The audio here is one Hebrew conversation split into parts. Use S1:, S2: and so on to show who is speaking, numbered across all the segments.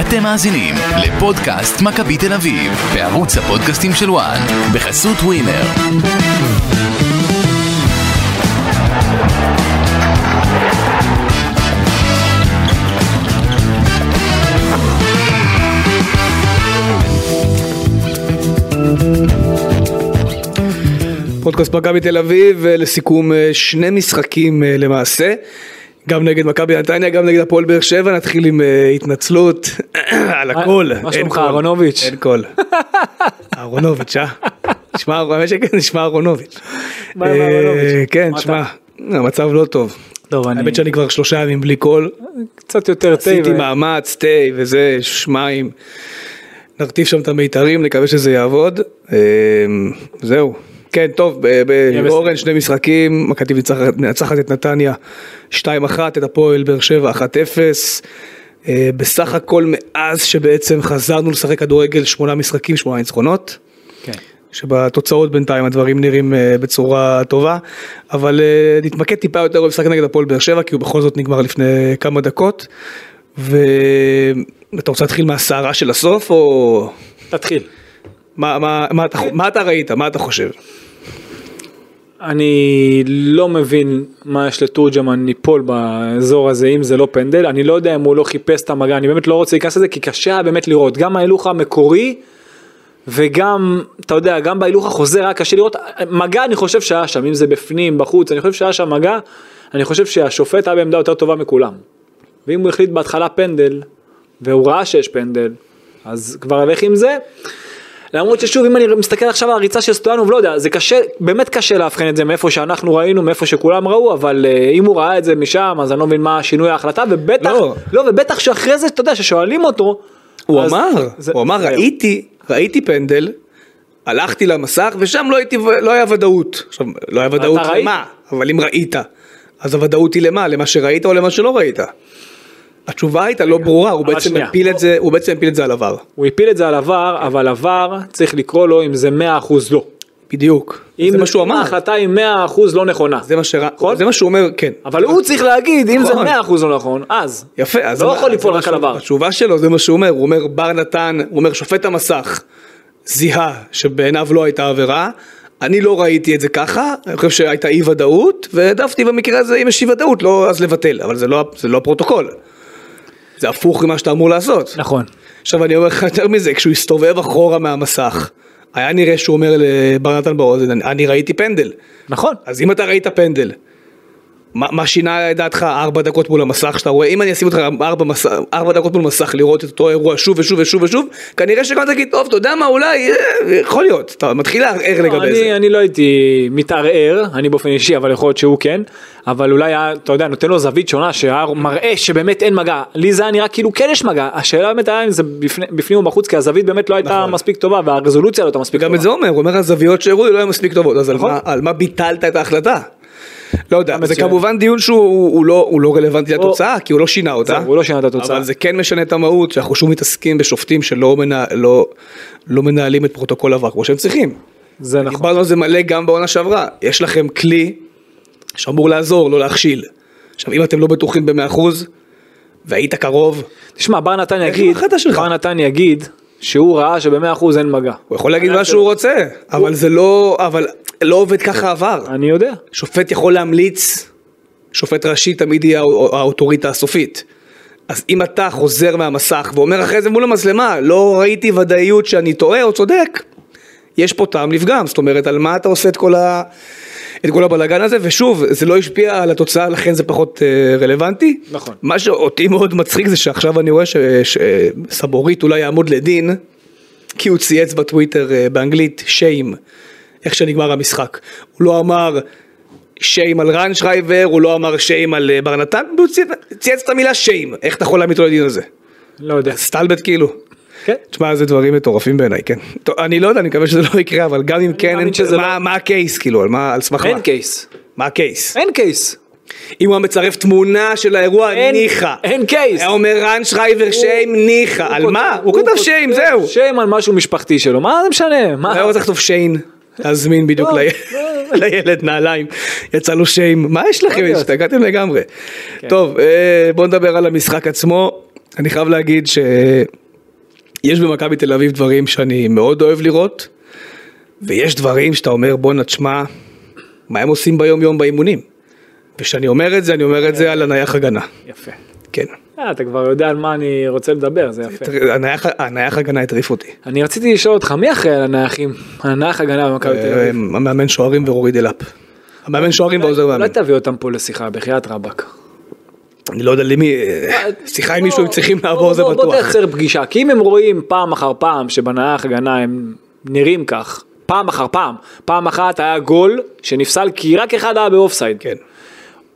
S1: אתם מאזינים לפודקאסט מכבי תל אביב, בערוץ הפודקאסטים של וואן, בחסות ווינר.
S2: פודקאסט מכבי תל אביב, אה, לסיכום אה, שני משחקים אה, למעשה, גם נגד מכבי נתניה, גם נגד הפועל באר שבע, נתחיל עם אה, התנצלות על הכל.
S3: מה
S2: אין
S3: שלומך,
S2: קול.
S3: אהרונוביץ'?
S2: אין קול. אהרונוביץ', אה? נשמע, האמת שכן, נשמע אהרונוביץ'.
S3: מה עם אהרונוביץ'?
S2: אה, כן,
S3: מה
S2: שמע, המצב לא טוב.
S3: טוב, אני
S2: האמת שאני כבר שלושה ימים בלי קול,
S3: קצת יותר תה.
S2: עשיתי
S3: ו-
S2: מאמץ, תה וזה, שמיים. נרטיב שם את המיתרים, נקווה שזה יעבוד. אה, זהו. כן, טוב, ב-
S3: יהיה
S2: באורן שני משחקים, מכתיב נצחת את נתניה 2-1, את הפועל באר שבע 1-0. אה, בסך הכל מאז שבעצם חזרנו לשחק כדורגל שמונה משחקים, שמונה ניצחונות.
S3: כן.
S2: שבתוצאות בינתיים הדברים נראים אה, בצורה טובה, אבל אה, נתמקד טיפה יותר במשחק נגד הפועל באר שבע, כי הוא בכל זאת נגמר לפני כמה דקות. ואתה רוצה להתחיל מהסערה של הסוף, או
S3: תתחיל.
S2: מה, מה, מה, אתה, מה אתה ראית, מה אתה חושב?
S3: אני לא מבין מה יש לתורג'מן ליפול באזור הזה אם זה לא פנדל אני לא יודע אם הוא לא חיפש את המגע אני באמת לא רוצה להיכנס לזה כי קשה היה באמת לראות גם ההילוך המקורי וגם אתה יודע גם בהילוך החוזר היה קשה לראות מגע אני חושב שהיה שם אם זה בפנים בחוץ אני חושב שהיה שם מגע אני חושב שהשופט היה בעמדה יותר טובה מכולם ואם הוא החליט בהתחלה פנדל והוא ראה שיש פנדל אז כבר הלך עם זה למרות ששוב אם אני מסתכל עכשיו על הריצה של סטויאנוב לא יודע זה קשה באמת קשה לאבחן את זה מאיפה שאנחנו ראינו מאיפה שכולם ראו אבל uh, אם הוא ראה את זה משם אז אני לא מבין מה שינוי ההחלטה ובטח
S2: לא.
S3: לא, לא ובטח שאחרי זה אתה יודע ששואלים אותו
S2: הוא
S3: אז-
S2: אמר,
S3: זה-
S2: הוא אמר,
S3: זהו.
S2: ראיתי, ראיתי פנדל, הלכתי למסך, ושם לא, הייתי, לא היה ודאות. עכשיו, לא היה ודאות
S3: ראית?
S2: למה, אבל אם ראית, אז הוודאות היא למה, למה שראית או למה שלא ראית. התשובה הייתה לא ברורה, הוא
S3: אבל
S2: בעצם
S3: שנייה.
S2: הפיל את זה, הוא בעצם הפיל את זה על עבר.
S3: הוא הפיל את זה על עבר,
S2: כן.
S3: אבל עבר צריך לקרוא לו אם זה 100% לא.
S2: בדיוק.
S3: אם
S2: זה מה שהוא אמר,
S3: ההחלטה היא 100% לא נכונה.
S2: זה מה שראה,
S3: נכון?
S2: זה מה שהוא אומר, כן.
S3: אבל הוא צריך להגיד אם זה
S2: נכון.
S3: 100% לא נכון, אז.
S2: יפה, אז...
S3: לא
S2: מה-
S3: יכול
S2: אז
S3: ליפול
S2: מה
S3: רק על
S2: שהוא-
S3: עבר.
S2: התשובה שלו זה מה שהוא אומר, הוא אומר בר נתן, הוא אומר שופט המסך זיהה שבעיניו לא הייתה עבירה, אני לא ראיתי את זה ככה, אני חושב שהייתה אי ודאות, והעדפתי במקרה הזה אם יש אי ודאות לא אז לבטל, אבל זה לא, זה לא הפרוטוקול. זה הפוך ממה שאתה אמור לעשות.
S3: נכון.
S2: עכשיו אני אומר לך יותר מזה, כשהוא הסתובב אחורה מהמסך, היה נראה שהוא אומר לבר נתן באוזן, "אני- אני ראיתי פנדל.
S3: נכון.
S2: אז אם אתה ראית פנדל, מה, מה שינה את דעתך ארבע דקות מול המסך שאתה רואה? אם אני אשים אותך ארבע, מס, ארבע דקות מול מסך לראות את אותו אירוע שוב ושוב ושוב ושוב, כנראה שגם תגיד, טוב, אתה יודע מה, אולי, אה, יכול להיות. אתה מתחיל לערער לגבי
S3: אני,
S2: זה.
S3: אני לא הייתי מתערער, אני באופן אישי, אבל יכול להיות שהוא כן, אבל אולי, היה, אתה יודע, נותן לו זווית שונה, שמראה שבאמת אין מגע. לי זה היה נראה כאילו כן יש מגע, השאלה באמת היה אם זה בפני- בפנים או בחוץ, כי הזווית באמת לא הייתה
S2: נכון.
S3: מספיק טובה, והרזולוציה לא הייתה מספיק
S2: גם
S3: טובה.
S2: את זה אומר, הוא אומר, הזוויות שהראו לי לא היו מספיק טובות, אז על
S3: נכון.
S2: מה- על מה ביטלת את ההחלטה? לא יודע, זה
S3: מצוין.
S2: כמובן דיון שהוא הוא- הוא לא- הוא לא רלוונטי
S3: או-
S2: לתוצאה, כי הוא לא שינה אותה.
S3: זהו, הוא לא שינה את התוצאה.
S2: אבל זה כן משנה את המהות, שאנחנו שוב מתעסקים בשופטים שלא מנה- לא- לא מנהלים את פרוטוקול עבר כמו שהם צריכים.
S3: זה נכון.
S2: דיברנו על זה מלא גם בעונה שעברה. יש לכם כלי שאמור לעזור, לא להכשיל. עכשיו, אם אתם לא בטוחים ב-100% והיית קרוב,
S3: תשמע, בר נתן
S2: איך
S3: יגיד,
S2: ההחלטה שלך?
S3: בר נתן יגיד שהוא ראה שבמאה% אין מגע.
S2: הוא יכול להגיד מה שהוא רוצה, אבל זה לא, אבל לא עובד ככה עבר.
S3: אני יודע.
S2: שופט יכול להמליץ, שופט ראשי תמיד יהיה הא- האוטוריטה הסופית. אז אם אתה חוזר מהמסך ואומר אחרי זה מול המצלמה, לא ראיתי ודאיות שאני טועה או צודק, יש פה טעם לפגם, זאת אומרת, על מה אתה עושה את כל, ה... את כל הבלגן הזה, ושוב, זה לא השפיע על התוצאה, לכן זה פחות אה, רלוונטי.
S3: נכון.
S2: מה שאותי מאוד מצחיק זה שעכשיו אני רואה שסבורית אולי יעמוד לדין, כי הוא צייץ בטוויטר אה, באנגלית שיים, איך שנגמר המשחק. הוא לא אמר שיים על רן שרייבר, הוא לא אמר שיים על אה, בר נתן, הוא צייץ- צייץ את המילה שיים, איך אתה יכול להעמיד אותו לדין על זה?
S3: לא יודע.
S2: סטלבט כאילו.
S3: כן.
S2: תשמע, זה דברים מטורפים בעיניי, כן. טוב, אני לא יודע, אני מקווה שזה לא יקרה, אבל גם אם כן,
S3: מאמין
S2: אין-
S3: שזה
S2: מה-
S3: לא-
S2: מה הקייס, כאילו, על מה- על סמך מה?
S3: אין קייס.
S2: מה הקייס?
S3: אין קייס.
S2: אם הוא היה מצרף תמונה של האירוע,
S3: אין-
S2: ניחא.
S3: אין קייס.
S2: היה אומר רן שרייבר שיים, ניחא. על
S3: כותב-
S2: מה? הוא כותב שיים, זהו.
S3: שיים על משהו משפחתי שלו, מה זה משנה? מה?
S2: היה רוצה לכתוב שיין, להזמין בדיוק
S3: לא,
S2: ל-
S3: לא.
S2: לילד נעליים, יצא לו שיים, מה יש לכם,
S3: יודע.
S2: השתגעתם
S3: כן.
S2: לגמרי. טוב, אה, בוא נדבר על המשחק עצמו, אני חייב להגיד ש... יש במכבי תל אביב דברים שאני מאוד אוהב לראות, ויש דברים שאתה אומר בואנה תשמע, מה הם עושים ביום יום באימונים? וכשאני אומר את זה, אני אומר את
S3: כן.
S2: זה על הנייח הגנה.
S3: יפה.
S2: כן.
S3: אה, אתה כבר יודע על מה אני רוצה לדבר, זה יפה.
S2: תראה, הנייח- הנייח הגנה הטריף אותי.
S3: אני רציתי לשאול אותך, מי אחראי על הנייחים? הנייח הגנה במכבי
S2: אה,
S3: תל אביב.
S2: המאמן שוערים ורורי דלאפ.
S3: לא,
S2: המאמן שוערים והעוזר מאמן.
S3: אולי תביא אותם פה לשיחה, בחייאת רבאק.
S2: אני לא יודע למי, אה, שיחה עם מישהו הם צריכים
S3: בוא-
S2: לעבור זה
S3: לא, בוא-
S2: בטוח.
S3: בוא תייצר פגישה, כי אם הם רואים פעם אחר פעם שבנייח הגנה הם נראים כך, פעם אחר פעם, פעם אחת היה גול שנפסל כי רק אחד היה באופסייד.
S2: כן.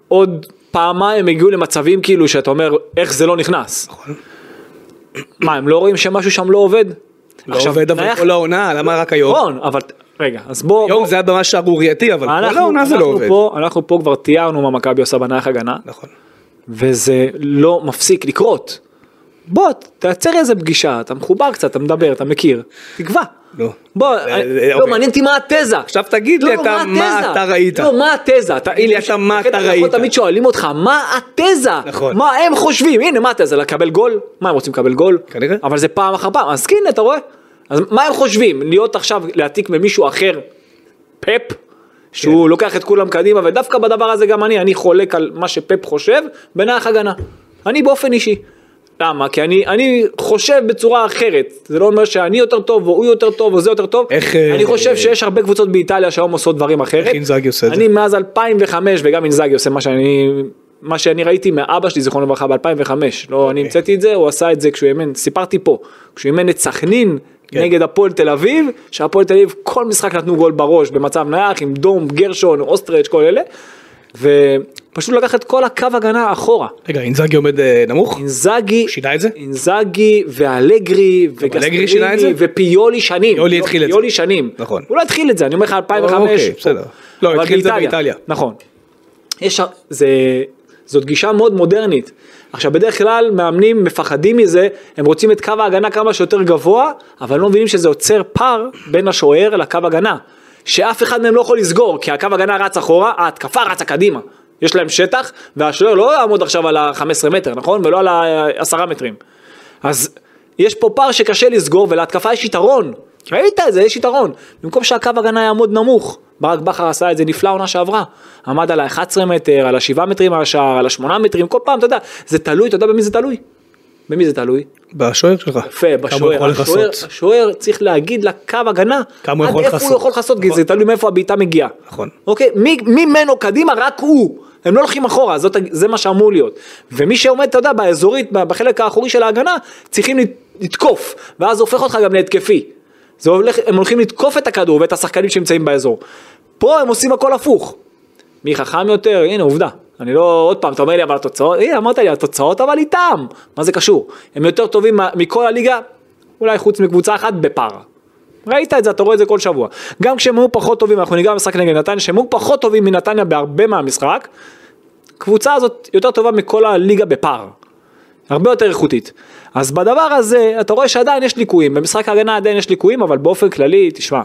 S3: עוד פעמיים הגיעו למצבים כאילו שאתה אומר איך זה לא נכנס.
S2: נכון.
S3: מה הם לא רואים שמשהו שם לא עובד?
S2: לא עובד אבל כל העונה, למה רק היום?
S3: נכון, אבל רגע, אז בוא,
S2: היום זה היה ממש שערורייתי, אבל כל
S3: אנחנו-
S2: העונה זה לא
S3: אנחנו
S2: עובד.
S3: פה- אנחנו פה כבר תיארנו מה מכבי עושה בנייח הגנה,
S2: נכון.
S3: וזה לא מפסיק לקרות. בוא, תייצר איזה פגישה, אתה מחובר קצת, אתה מדבר, אתה מכיר, תקבע.
S2: לא.
S3: בוא,
S2: אה,
S3: אני-
S2: אה,
S3: לא,
S2: אוקיי.
S3: מעניין אותי מה התזה.
S2: עכשיו תגיד לי
S3: לא,
S2: אתה, מה
S3: התזה?
S2: אתה ראית.
S3: לא, מה התזה? אתה-
S2: תגיד לי אתה, מה
S3: בקטע
S2: אתה
S3: אנחנו
S2: ראית.
S3: תמיד שואלים אותך, מה התזה?
S2: נכון.
S3: מה הם חושבים? הנה, מה התזה? לקבל גול? מה, הם רוצים לקבל גול?
S2: כנראה.
S3: אבל זה פעם אחר פעם. אז הנה, אתה רואה? אז מה הם חושבים? להיות עכשיו, להעתיק ממישהו אחר, פאפ?
S2: כן.
S3: שהוא לוקח את כולם קדימה, ודווקא בדבר הזה גם אני, אני חולק על מה שפפ חושב בנח הגנה. אני באופן אישי. למה? כי אני, אני חושב בצורה אחרת. זה לא אומר שאני יותר טוב, או הוא יותר טוב, או זה יותר טוב.
S2: איך,
S3: אני
S2: אה,
S3: חושב שיש הרבה קבוצות באיטליה שהיום עושות דברים אחרת.
S2: איך אינזאגי עושה את זה?
S3: אני מאז 2005 וגם אינזאגי עושה מה שאני מה שאני ראיתי מאבא שלי זיכרונו לברכה ב2005 לא
S2: אוקיי.
S3: אני המצאתי את זה הוא עשה את זה כשהוא אימן סיפרתי פה כשהוא אימן את סכנין
S2: כן.
S3: נגד הפועל תל אביב שהפועל תל אביב כל משחק נתנו גול בראש במצב נייח עם דום גרשון אוסטרץ' כל אלה ופשוט לקח את כל הקו הגנה אחורה.
S2: רגע, אינזאגי עומד אה, נמוך?
S3: אינזאגי,
S2: שינה את זה?
S3: אינזאגי ואלגרי
S2: אלגרי שינה את זה?
S3: וגסטריני ופיולי שנים.
S2: פיולי התחיל את זה.
S3: פיולי שנים.
S2: נכון.
S3: הוא לא התחיל את זה, אני אומר לך 2005.
S2: אוקיי, בסדר. לא,
S3: אבל
S2: התחיל את זה באיטליה.
S3: נכון. יש, ה- זה, זאת גישה מאוד מודרנית. עכשיו בדרך כלל מאמנים מפחדים מזה, הם רוצים את קו ההגנה כמה שיותר גבוה, אבל לא מבינים שזה יוצר פער בין השוער לקו הגנה. שאף אחד מהם לא יכול לסגור, כי הקו הגנה רץ אחורה, ההתקפה רצה קדימה. יש להם שטח, והשוער לא יעמוד עכשיו על ה-15 מטר, נכון? ולא על ה-10 מטרים. אז יש פה פער שקשה לסגור ולהתקפה יש יתרון. ראית את זה, יש יתרון. במקום שהקו הגנה יעמוד נמוך, ברק בכר עשה את זה נפלא עונה שעברה. עמד על ה-11 מטר, על ה-7 מטרים על השער, על ה-8 מטרים, כל פעם, אתה יודע, זה תלוי, אתה יודע במי זה תלוי? במי זה תלוי?
S2: בשוער שלך.
S3: יפה,
S2: כמה הוא
S3: בשוער.
S2: יכול
S3: השוער-
S2: לכסות.
S3: השוער צריך להגיד לקו הגנה,
S2: כמה הוא יכול
S3: עד איפה הוא
S2: לכסות.
S3: יכול לכסות, כי זה תלוי מאיפה הבעיטה מגיעה.
S2: נכון.
S3: אוקיי? מי- ממנו קדימה, רק הוא. הם לא הולכים אחורה, זאת, זה מה שאמור להיות. ומי שעומד, אתה יודע, באזורית, בחלק האחורי של ההגנה, צריכים לת- לתקוף, ואז זה הופך אותך גם להתקפי. זה הולך, הם הולכים לתקוף את הכדור ואת השחקנים שנמצאים באזור. פה הם עושים הכל הפוך. מי חכם יותר, הנה עובדה. אני לא, עוד פעם, אתה אומר לי אבל התוצאות, הנה אמרת לי התוצאות אבל איתם, מה זה קשור? הם יותר טובים מה- מכל הליגה, אולי חוץ מקבוצה אחת בפער. ראית את זה, אתה רואה את זה כל שבוע. גם כשהם היו פחות טובים, אנחנו ניגע במשחק נגד נתניה, שהם היו פחות טובים מנתניה בהרבה מהמשחק, הקבוצה הזאת יותר טובה מכל הליגה בפער. הרבה יותר איכותית. אז בדבר הזה, אתה רואה שעדיין יש ליקויים, במשחק ההגנה עדיין יש ליקויים, אבל באופן כללי, תשמע,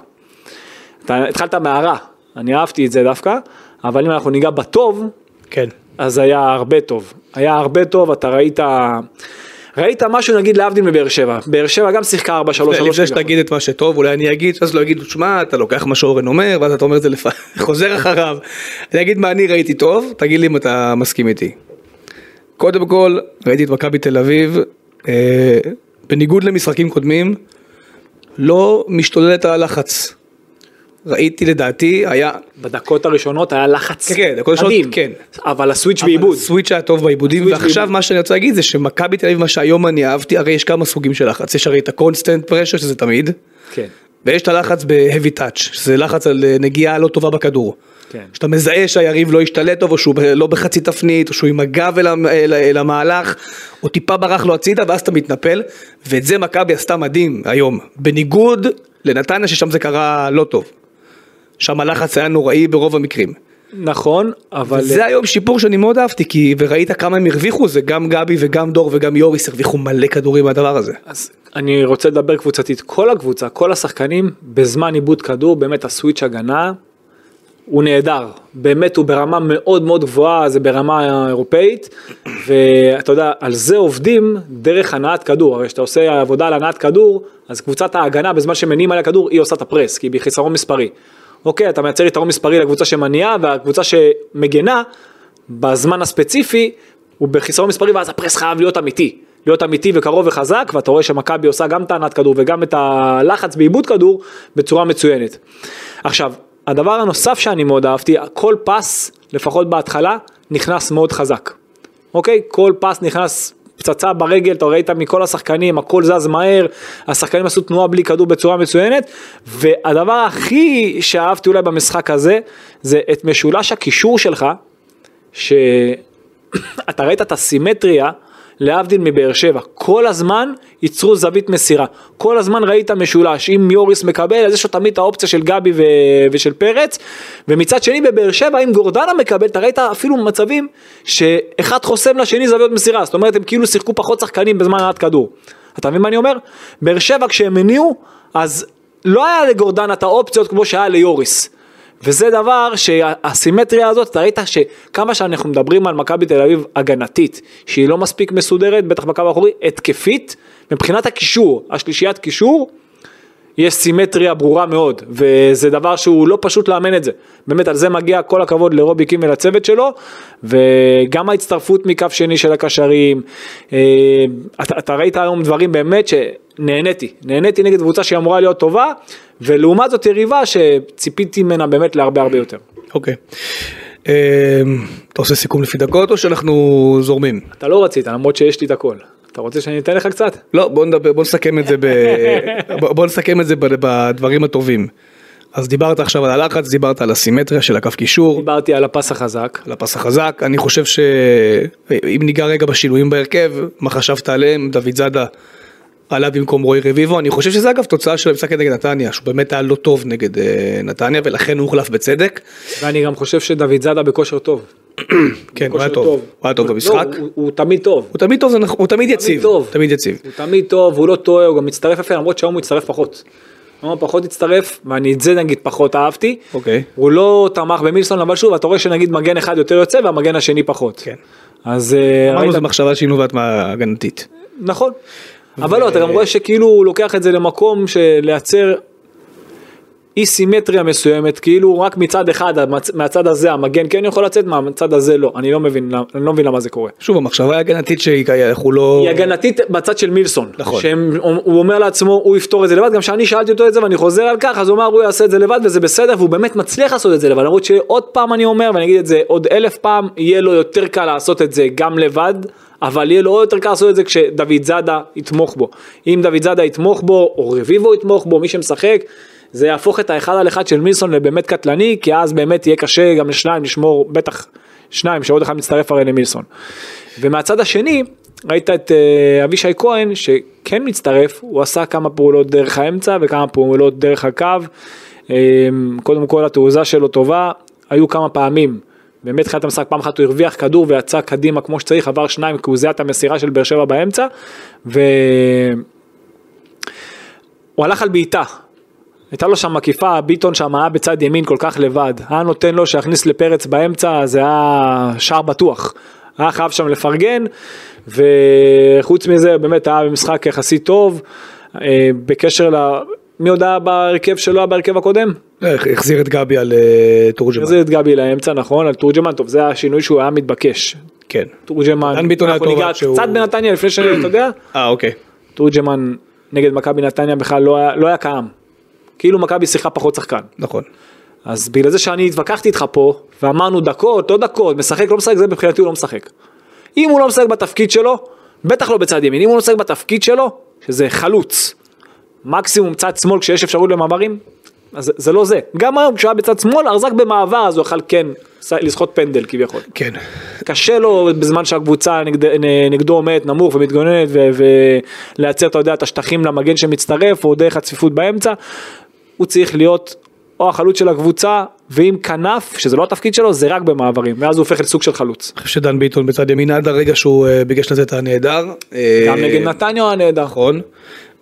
S3: אתה התחלת מהרע, אני אהבתי את זה דווקא, אבל אם אנחנו ניגע בטוב,
S2: כן.
S3: אז היה הרבה טוב. היה הרבה טוב, אתה ראית... ראית משהו נגיד להבדיל מבאר שבע, באר שבע גם שיחקה 4-3-3.
S2: אוקיי, לפני שתגיד את מה שטוב, אולי אני אגיד, אז לא יגידו, שמע, אתה לוקח מה שאורן אומר, ואז אתה אומר את זה לפ... חוזר אחריו. אני אגיד מה אני ראיתי טוב, תגיד לי אם אתה מסכים איתי. קודם כל, ראיתי את מכבי תל אביב, אה, בניגוד למשחקים קודמים, לא משתוללת על הלחץ. ראיתי לדעתי, היה
S3: בדקות הראשונות היה לחץ
S2: כן, כן, דקות ראשונות,
S3: מדהים,
S2: כן.
S3: אבל הסוויץ'
S2: אבל
S3: בעיבוד.
S2: סוויץ' היה טוב בעיבודים,
S3: סוויץ'
S2: ועכשיו
S3: בעיבוד.
S2: מה שאני רוצה להגיד זה שמכבי תל אביב, מה שהיום אני אהבתי, הרי יש כמה סוגים של לחץ, יש הרי את הקונסטנט פרשר שזה תמיד,
S3: כן,
S2: ויש את הלחץ ב-heavy touch, שזה לחץ על אה, נגיעה לא טובה בכדור.
S3: כן.
S2: שאתה מזהה שהיריב לא השתלט טוב, או שהוא ב- לא בחצי תפנית, או שהוא עם הגב אל, המ- אל, אל המהלך, או טיפה ברח לו הצידה, ואז אתה מתנפל, ואת זה מכבי עשתה מדהים היום, בניגוד לנתניה, ששם זה קרה לא טוב. שם הלחץ היה נוראי ברוב המקרים.
S3: נכון, אבל...
S2: זה היום שיפור שאני מאוד אהבתי, כי וראית כמה הם הרוויחו, זה גם גבי וגם דור וגם יוריס הרוויחו מלא כדורים מהדבר הזה.
S3: אז אני רוצה לדבר קבוצתית, כל הקבוצה, כל השחקנים, בזמן עיבוד כדור, באמת הסוויץ' הגנה, הוא נהדר, באמת הוא ברמה מאוד מאוד גבוהה, זה ברמה אירופאית, ואתה יודע, על זה עובדים דרך הנעת כדור, הרי כשאתה עושה עבודה על הנעת כדור, אז קבוצת ההגנה בזמן שמניעים על הכדור, היא עושה את הפרס, כי היא בחיסרון מספרי. אוקיי, אתה מייצר יתרון מספרי לקבוצה שמניעה, והקבוצה שמגנה, בזמן הספציפי, הוא בחיסרון מספרי, ואז הפרס חייב להיות אמיתי. להיות אמיתי וקרוב וחזק, ואתה רואה שמכבי עושה גם את הענת כדור וגם את הלחץ בעיבוד כדור בצורה מצוינת. עכשיו, הדבר הנוסף שאני מאוד אהבתי, כל פס, לפחות בהתחלה, נכנס מאוד חזק. אוקיי? כל פס נכנס פצצה ברגל, אתה ראית מכל השחקנים, הכל זז מהר, השחקנים עשו תנועה בלי כדור בצורה מצוינת, והדבר הכי שאהבתי אולי במשחק הזה, זה את משולש הקישור שלך, שאתה ראית את הסימטריה, להבדיל מבאר שבע, כל הזמן ייצרו זווית מסירה, כל הזמן ראית משולש, אם יוריס מקבל אז יש לו תמיד את האופציה של גבי ו... ושל פרץ, ומצד שני בבאר שבע אם גורדנה מקבל, אתה ראית אפילו מצבים שאחד חוסם לשני זוויות מסירה, זאת אומרת הם כאילו שיחקו פחות שחקנים בזמן עד כדור, אתה מבין מה אני אומר? באר שבע כשהם הניעו, אז לא היה לגורדנה את האופציות כמו שהיה ליוריס. וזה דבר שהסימטריה הזאת, אתה ראית שכמה שאנחנו מדברים על מכבי תל אביב הגנתית, שהיא לא מספיק מסודרת, בטח בקו האחורי, התקפית, מבחינת הקישור, השלישיית קישור, יש סימטריה ברורה מאוד, וזה דבר שהוא לא פשוט לאמן את זה. באמת, על זה מגיע כל הכבוד לרובי קים ולצוות שלו, וגם ההצטרפות מקו שני של הקשרים. אה, אתה, אתה ראית היום דברים באמת שנהניתי, נהניתי נגד קבוצה שהיא אמורה להיות טובה, ולעומת זאת יריבה שציפיתי ממנה באמת להרבה הרבה יותר.
S2: אוקיי. אה, אתה עושה סיכום לפי דקות או שאנחנו זורמים?
S3: אתה לא רצית, למרות שיש לי את הכל. אתה רוצה שאני אתן לך קצת?
S2: לא, בוא נדבר, בוא נסכם את זה, ב... בוא בוא נסכם את זה ב- בדברים הטובים. אז דיברת עכשיו על הלחץ, דיברת על הסימטריה של הקו קישור,
S3: דיברתי על הפס החזק.
S2: על הפס החזק, אני חושב שאם ניגע רגע בשינויים בהרכב, מה חשבת עליהם, דוד זאדה עלה במקום רועי רביבו, אני חושב שזה אגב תוצאה של המשחק נגד נתניה, שהוא באמת היה לא טוב נגד אה, נתניה ולכן הוא הוחלף בצדק,
S3: ואני גם חושב שדוד זאדה בכושר טוב.
S2: כן, הוא
S3: כושר
S2: היה טוב, הוא היה טוב
S3: לא,
S2: במשחק,
S3: הוא- הוא- הוא תמיד טוב.
S2: הוא תמיד טוב, זה נכון, הוא תמיד יציב,
S3: טוב.
S2: תמיד יציב,
S3: הוא תמיד טוב, הוא לא טועה, הוא גם מצטרף יפה, למרות שהיום הוא הצטרף פחות. היום הוא פחות הצטרף, ואני את זה נגיד פחות אהבתי.
S2: אוקיי.
S3: הוא לא תמך במילסון, אבל שוב, אתה רואה שנגיד מגן אחד יותר יוצא והמגן השני פחות.
S2: כן.
S3: אז אה,
S2: אמרנו
S3: ראית-
S2: זה מחשבה שהיא נובעת מההגנתית.
S3: נכון. אבל לא, אתה גם רואה שכאילו הוא לוקח את זה למקום של לייצר אי סימטריה מסוימת, כאילו רק מצד אחד, המצ- מהצד הזה המגן כן יכול לצאת, מהצד הזה לא. אני לא מבין, למ- אני לא מבין למה זה קורה.
S2: שוב, המחשבה היא הגנתית שהיא כאלה, אנחנו לא...
S3: היא הגנתית בצד של מילסון.
S2: נכון.
S3: שהוא אומר לעצמו, הוא יפתור את זה לבד, גם שאני שאלתי אותו את זה ואני חוזר על כך, אז הוא אמר, הוא יעשה את זה לבד וזה בסדר, והוא באמת מצליח לעשות את זה לבד, למרות שעוד פעם אני אומר, ואני אגיד את זה עוד אלף פעם, יהיה לו יותר קל לעשות את זה גם לבד, אבל יהיה לו עוד יותר קל לעשות את זה כשדוד זאדה יתמוך בו. אם דוד זאדה יתמוך בו, או רביבו יתמוך בו, מי שמשחק, זה יהפוך את האחד על אחד של מילסון לבאמת קטלני, כי אז באמת יהיה קשה גם לשניים לשמור, בטח שניים, שעוד אחד מצטרף הרי למילסון. ומהצד השני, ראית את אה, אבישי כהן שכן מצטרף, הוא עשה כמה פעולות דרך האמצע וכמה פעולות דרך הקו. אה, קודם כל התעוזה שלו טובה, היו כמה פעמים. באמת תחילת המשחק פעם אחת הוא הרוויח כדור ויצא קדימה כמו שצריך, עבר שניים כי הוא זיהה את המסירה של באר שבע באמצע. ו... הוא הלך על בעיטה. הייתה לו שם עקיפה, ביטון שם היה בצד ימין כל כך לבד. היה נותן לו שיכניס לפרץ באמצע, זה היה שער בטוח. היה חייב שם לפרגן, וחוץ מזה באמת היה במשחק יחסית טוב. אה, בקשר ל... מי עוד היה בהרכב שלו, היה בהרכב הקודם?
S2: נכון. החזיר את גבי על אה, תורג'מן.
S3: זה את גבי לאמצע, נכון? על תורג'מן, טוב, זה השינוי שהוא היה מתבקש.
S2: כן.
S3: תורג'מן,
S2: דן ביטון היה
S3: אנחנו
S2: טוב,
S3: ניגע
S2: רק שהוא-
S3: קצת בנתניה לפני ש... אתה יודע?
S2: אה, אוקיי.
S3: תורג'מן נגד מכבי נתניה בכלל לא היה, לא היה קיים. כאילו מכבי שיחקה פחות שחקן.
S2: נכון.
S3: אז בגלל זה שאני התווכחתי איתך פה, ואמרנו דקות, לא דקות, משחק, לא משחק, זה מבחינתי הוא לא משחק. אם הוא לא משחק בתפקיד שלו, בטח לא בצד ימין, אם הוא לא משחק בתפקיד שלו, שזה חלוץ, מקסימום צד שמאל כשיש אפשרות למעברים, אז זה- זה לא זה. גם היום כשהוא היה בצד שמאל, ארזק במעבר, אז הוא יכל כן ס- לסחוט פנדל כביכול.
S2: כן.
S3: קשה לו בזמן שהקבוצה נגד, נ- נגדו עומדת נמוך ומתגוננת ו- ולייצר אתה יודע את השטחים למגן שמצטרף או דרך הצפיפות באמצע. הוא צריך להיות או החלוץ של הקבוצה ועם כנף שזה לא התפקיד שלו זה רק במעברים ואז הוא הופך לסוג של חלוץ.
S2: אני חושב שדן ביטון בצד ימין עד הרגע שהוא אה, ביקש לצאת היה נהדר. אה,
S3: גם נגד נתניה הוא היה נהדר.
S2: נכון.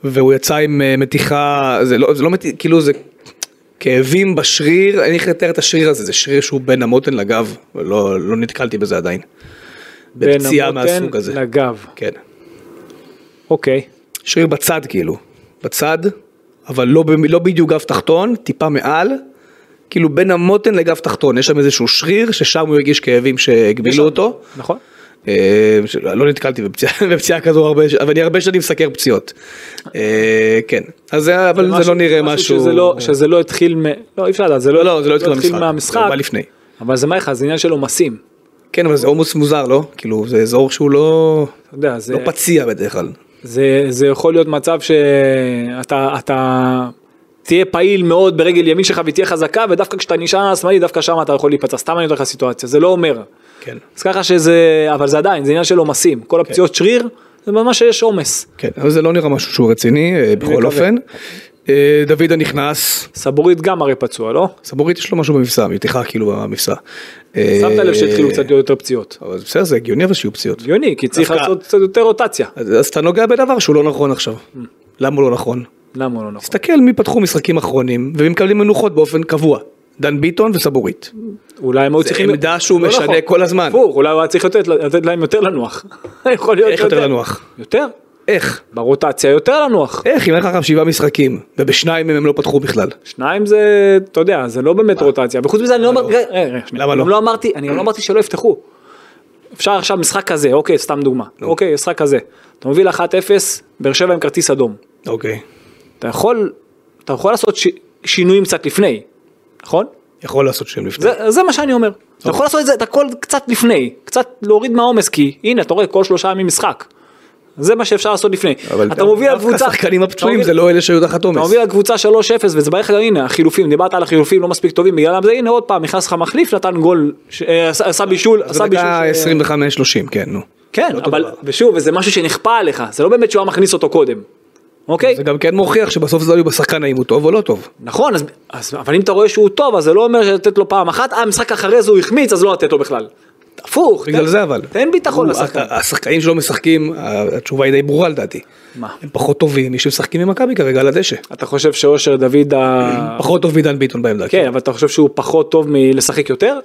S2: והוא יצא עם אה, מתיחה, זה לא, זה לא מתיחה, כאילו זה... כאבים בשריר, אני איך לתאר את השריר הזה, זה שריר שהוא בין המותן לגב, לא, לא נתקלתי בזה עדיין.
S3: בין
S2: בפציעה
S3: המותן
S2: מהסוג הזה.
S3: לגב.
S2: כן.
S3: אוקיי.
S2: שריר בצד כאילו, בצד, אבל לא, ב- לא בדיוק גב תחתון, טיפה מעל, כאילו בין המותן לגב תחתון, יש שם איזשהו שריר ששם הוא הרגיש כאבים שהגבילו אותו.
S3: נכון.
S2: אה, ש- לא נתקלתי בפציעה, בפציעה כזו הרבה, ש- אבל אני הרבה שנים מסקר פציעות. אה, כן, אז זה, אבל זה
S3: משהו-
S2: לא נראה משהו.
S3: שזה לא, שזה לא התחיל מ... לא, אי אפשר לדעת, זה לא,
S2: לא, לא, זה לא התחיל מהמשחק.
S3: מהמשחק.
S2: זה בא לפני.
S3: אבל זה מה לך, זה עניין של עומסים.
S2: כן, אבל זה עומס מוזר, לא? כאילו, זה אזור שהוא לא,
S3: אתה יודע, זה,
S2: לא פציע בדרך כלל.
S3: זה, זה יכול להיות מצב שאתה אתה תהיה פעיל מאוד ברגל ימין שלך ותהיה חזקה, ודווקא כשאתה נשען על השמאלי, דווקא שם אתה יכול להיפצע. סתם אני נותן לך סיטואציה, זה לא אומר.
S2: כן.
S3: אז ככה שזה, אבל זה עדיין, זה עניין של עומסים. כל הפציעות שריר, זה ממש שיש עומס.
S2: כן, אבל זה לא נראה משהו שהוא רציני, אה, בכל
S3: מקווה.
S2: אופן. אה, דוד הנכנס,
S3: סבורית גם הרי פצוע, לא?
S2: סבורית יש לו משהו במבצע, מתיחה כאילו במבצע. אה,
S3: שמת לב שהתחילו קצת להיות יותר פציעות.
S2: אבל בסדר, זה הגיוני אבל שיהיו פציעות.
S3: הגיוני, כי צריך
S2: דווקא-
S3: לעשות קצת יותר רוטציה.
S2: אז אז אתה נוגע בדבר שהוא לא נכון עכשיו.
S3: Mm.
S2: למה הוא לא נכון?
S3: למה לא נכון?
S2: תסתכל מי פתחו משחקים אחרונים ומי מקבלים מנוחות באופן קבוע. דן ביטון וסבורית.
S3: אולי הם היו
S2: זה
S3: צריכים...
S2: עמדה שהוא
S3: לא
S2: משנה
S3: נכון.
S2: כל הזמן.
S3: הפוך, אולי הוא היה צריך לתת- לתת להם יותר לנוח. יכול להיות
S2: איך יותר לנוח?
S3: יותר.
S2: איך?
S3: ברוטציה יותר לנוח.
S2: איך אם היה לך עכשיו שבעה משחקים ובשניים מהם הם לא פתחו בכלל?
S3: שניים זה, אתה יודע, זה לא באמת רוטציה. וחוץ מזה, אני לא אמרתי, רגע, רגע, שנייה.
S2: למה
S3: אני
S2: לא?
S3: גם לא אמרתי, אני גם לא אמרתי שלא יפתחו. אפשר עכשיו משחק כזה, אוקיי, סתם דוגמה.
S2: לא.
S3: אוקיי, משחק כזה. אתה מוביל 1-0, באר שבע עם כרטיס אדום.
S2: אוקיי.
S3: אתה יכול, אתה יכול לעשות ש- שינויים קצת לפני, נכון?
S2: יכול לעשות שם לפני.
S3: זה, זה מה שאני אומר. אתה יכול לעשות את זה, את הכל קצת לפני, קצת להוריד מהעומס, כי הנה, אתה רואה כל שלושה ימים משחק. זה מה שאפשר לעשות לפני. אתה מוביל
S2: דווקא
S3: לקבוצה...
S2: השחקנים
S3: אתה
S2: הפצועים
S3: מוביל-
S2: זה לא אלה שהיו תחת
S3: אתה
S2: עומס.
S3: מוביל לקבוצה 3-0 וזה בערך הנה החילופים דיברת על החילופים לא מספיק טובים בגללם זה הנה עוד פעם נכנס לך מחליף נתן גול ש- אה, עשה עשה בישול
S2: זה
S3: עשה בישול
S2: דקה
S3: ש-
S2: 25-30, כן, נו.
S3: כן
S2: לא אותו
S3: אבל
S2: דבר.
S3: ושוב זה משהו שנכפה עליך זה לא באמת שהוא היה מכניס אותו קודם אוקיי
S2: זה גם כן מוכיח שבסוף זה תלוי בשחקן האם הוא טוב או לא טוב.
S3: נכון אז- אז אבל אם אתה רואה שהוא טוב אז זה לא אומר לתת לו פעם אחת אה, המשחק אחרי זה הוא החמיץ אז לא לתת לו בכלל. הפוך
S2: בגלל
S3: תן-
S2: זה אבל.
S3: תן ביטחון
S2: הוא-
S3: לשחקן.
S2: הת- השחקנים שלא משחקים, ה- התשובה היא די ברורה לדעתי.
S3: מה? אה.
S2: הם פחות טובים משמשחקים עם מכבי כרגע על הדשא.
S3: אתה חושב שאושר דוד ה...
S2: פחות טוב מדן ביטון בעמדה.
S3: כן אבל אתה חושב שהוא פחות טוב מלשחק יותר?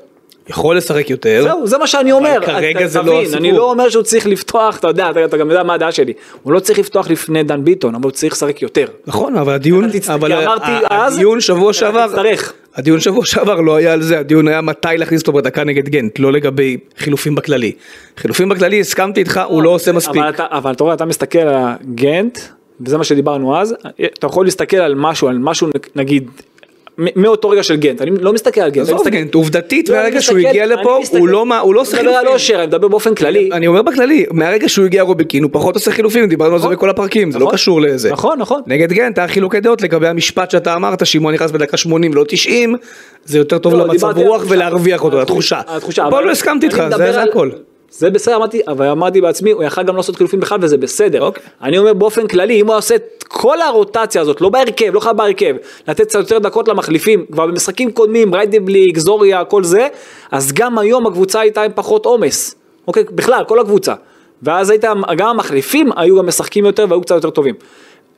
S2: יכול לשחק יותר.
S3: זהו, זה מה שאני אומר.
S2: כרגע
S3: אתה-
S2: זה לא
S3: תבין,
S2: הסיפור.
S3: אני לא אומר שהוא צריך לפתוח, אתה יודע, אתה, אתה גם יודע מה הדעה שלי. הוא לא צריך לפתוח לפני דן ביטון, אבל הוא צריך לשחק יותר.
S2: נכון, אבל הדיון,
S3: אתה תצ-
S2: אבל
S3: כי אמרתי
S2: ה-
S3: אז,
S2: הדיון שבוע
S3: אתה
S2: שעבר,
S3: תצטרך.
S2: הדיון שבוע שעבר לא היה על זה, הדיון היה מתי להכניס אותו בדקה נגד גנט, לא לגבי חילופים בכללי. חילופים בכללי, הסכמתי איתך, הוא לא עושה מספיק.
S3: אבל אתה, אבל אתה רואה, אתה מסתכל על הגנט, וזה מה שדיברנו אז, אתה יכול להסתכל על משהו, על משהו נגיד, מ- מאותו רגע של גנט, אני לא מסתכל על גנט. אני
S2: עזוב
S3: מסתכל-
S2: גנט, עובדתית,
S3: לא, אני
S2: מהרגע שהוא
S3: מסתכל-
S2: הגיע
S3: אני
S2: לפה,
S3: מסתכל-
S2: הוא לא מה- הוא לא עושה
S3: אני מדבר על
S2: חילופים.
S3: אושר, אני מדבר באופן כללי.
S2: אני אומר בכללי, מהרגע שהוא הגיע רוביקינו, פחות עושה חילופים, דיברנו על זה
S3: נכון.
S2: בכל הפרקים, זה לא
S3: נכון.
S2: קשור לזה.
S3: נכון, נכון.
S2: נגד גנט היה חילוקי דעות לגבי המשפט שאתה אמרת, שאם הוא נכנס בדקה 80 לא 90, זה יותר טוב
S3: לא,
S2: למצב
S3: דיברתי על
S2: רוח
S3: התחושה.
S2: ולהרוויח אותו,
S3: על
S2: התחושה.
S3: על התחושה,
S2: פה
S3: אבל-
S2: לא הסכמתי
S3: אני
S2: איתך,
S3: מדבר
S2: זה זה
S3: על-
S2: הכל.
S3: זה בסדר, אמרתי, אבל אמרתי בעצמי, הוא יכל גם לא לעשות חילופים בכלל וזה בסדר.
S2: אוקיי.
S3: אני אומר באופן כללי, אם הוא היה עושה את כל הרוטציה הזאת, לא בהרכב, לא חייב בהרכב, לתת קצת יותר דקות למחליפים, כבר במשחקים קודמים, ריידבליק, זוריה, כל זה, אז גם היום הקבוצה הייתה עם פחות עומס. אוקיי, בכלל, כל הקבוצה. ואז היית, גם המחליפים היו גם משחקים יותר והיו קצת יותר טובים.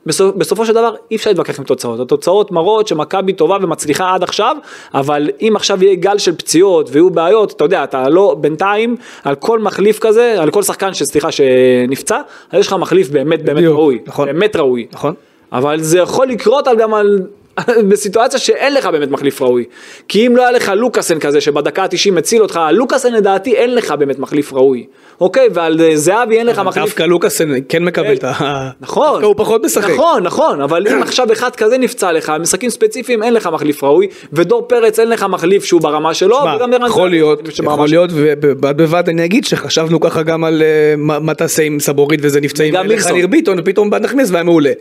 S3: בסופ, בסופו של דבר אי אפשר להתווכח עם תוצאות, התוצאות מראות שמכבי טובה ומצליחה עד עכשיו, אבל אם עכשיו יהיה גל של פציעות ויהיו בעיות, אתה יודע, אתה לא בינתיים על כל מחליף כזה, על כל שחקן שסליחה שנפצע, אז יש לך מחליף באמת באמת
S2: בדיוק,
S3: ראוי,
S2: נכון.
S3: באמת ראוי,
S2: נכון.
S3: אבל זה יכול לקרות על גם על... בסיטואציה שאין לך באמת מחליף ראוי. כי אם לא היה לך לוקאסן כזה שבדקה ה-90 מציל אותך, על לוקאסן לדעתי אין לך באמת מחליף ראוי. אוקיי? ועל אה, זהבי אין לך מחליף
S2: דווקא לוקאסן כן מקבל את ה...
S3: נכון,
S2: דווקא הוא פחות משחק.
S3: נכון, נכון, אבל אם עכשיו אחד כזה נפצע לך, משחקים ספציפיים אין לך מחליף ראוי, ודור פרץ אין לך מחליף שהוא ברמה שלו,
S2: מה,
S3: וגם ערן
S2: יכול
S3: זהבי
S2: להיות,
S3: שברמה
S2: יכול
S3: שלו.
S2: להיות, ובד בבד אני אגיד שחשבנו ככה גם על אה, מה מה תעשה עם סבורית וזה נפצעים,
S3: וגם
S2: אין לך
S3: מילסון.
S2: ניר ביטון, ופתאום בא נכנס והיה מעולה.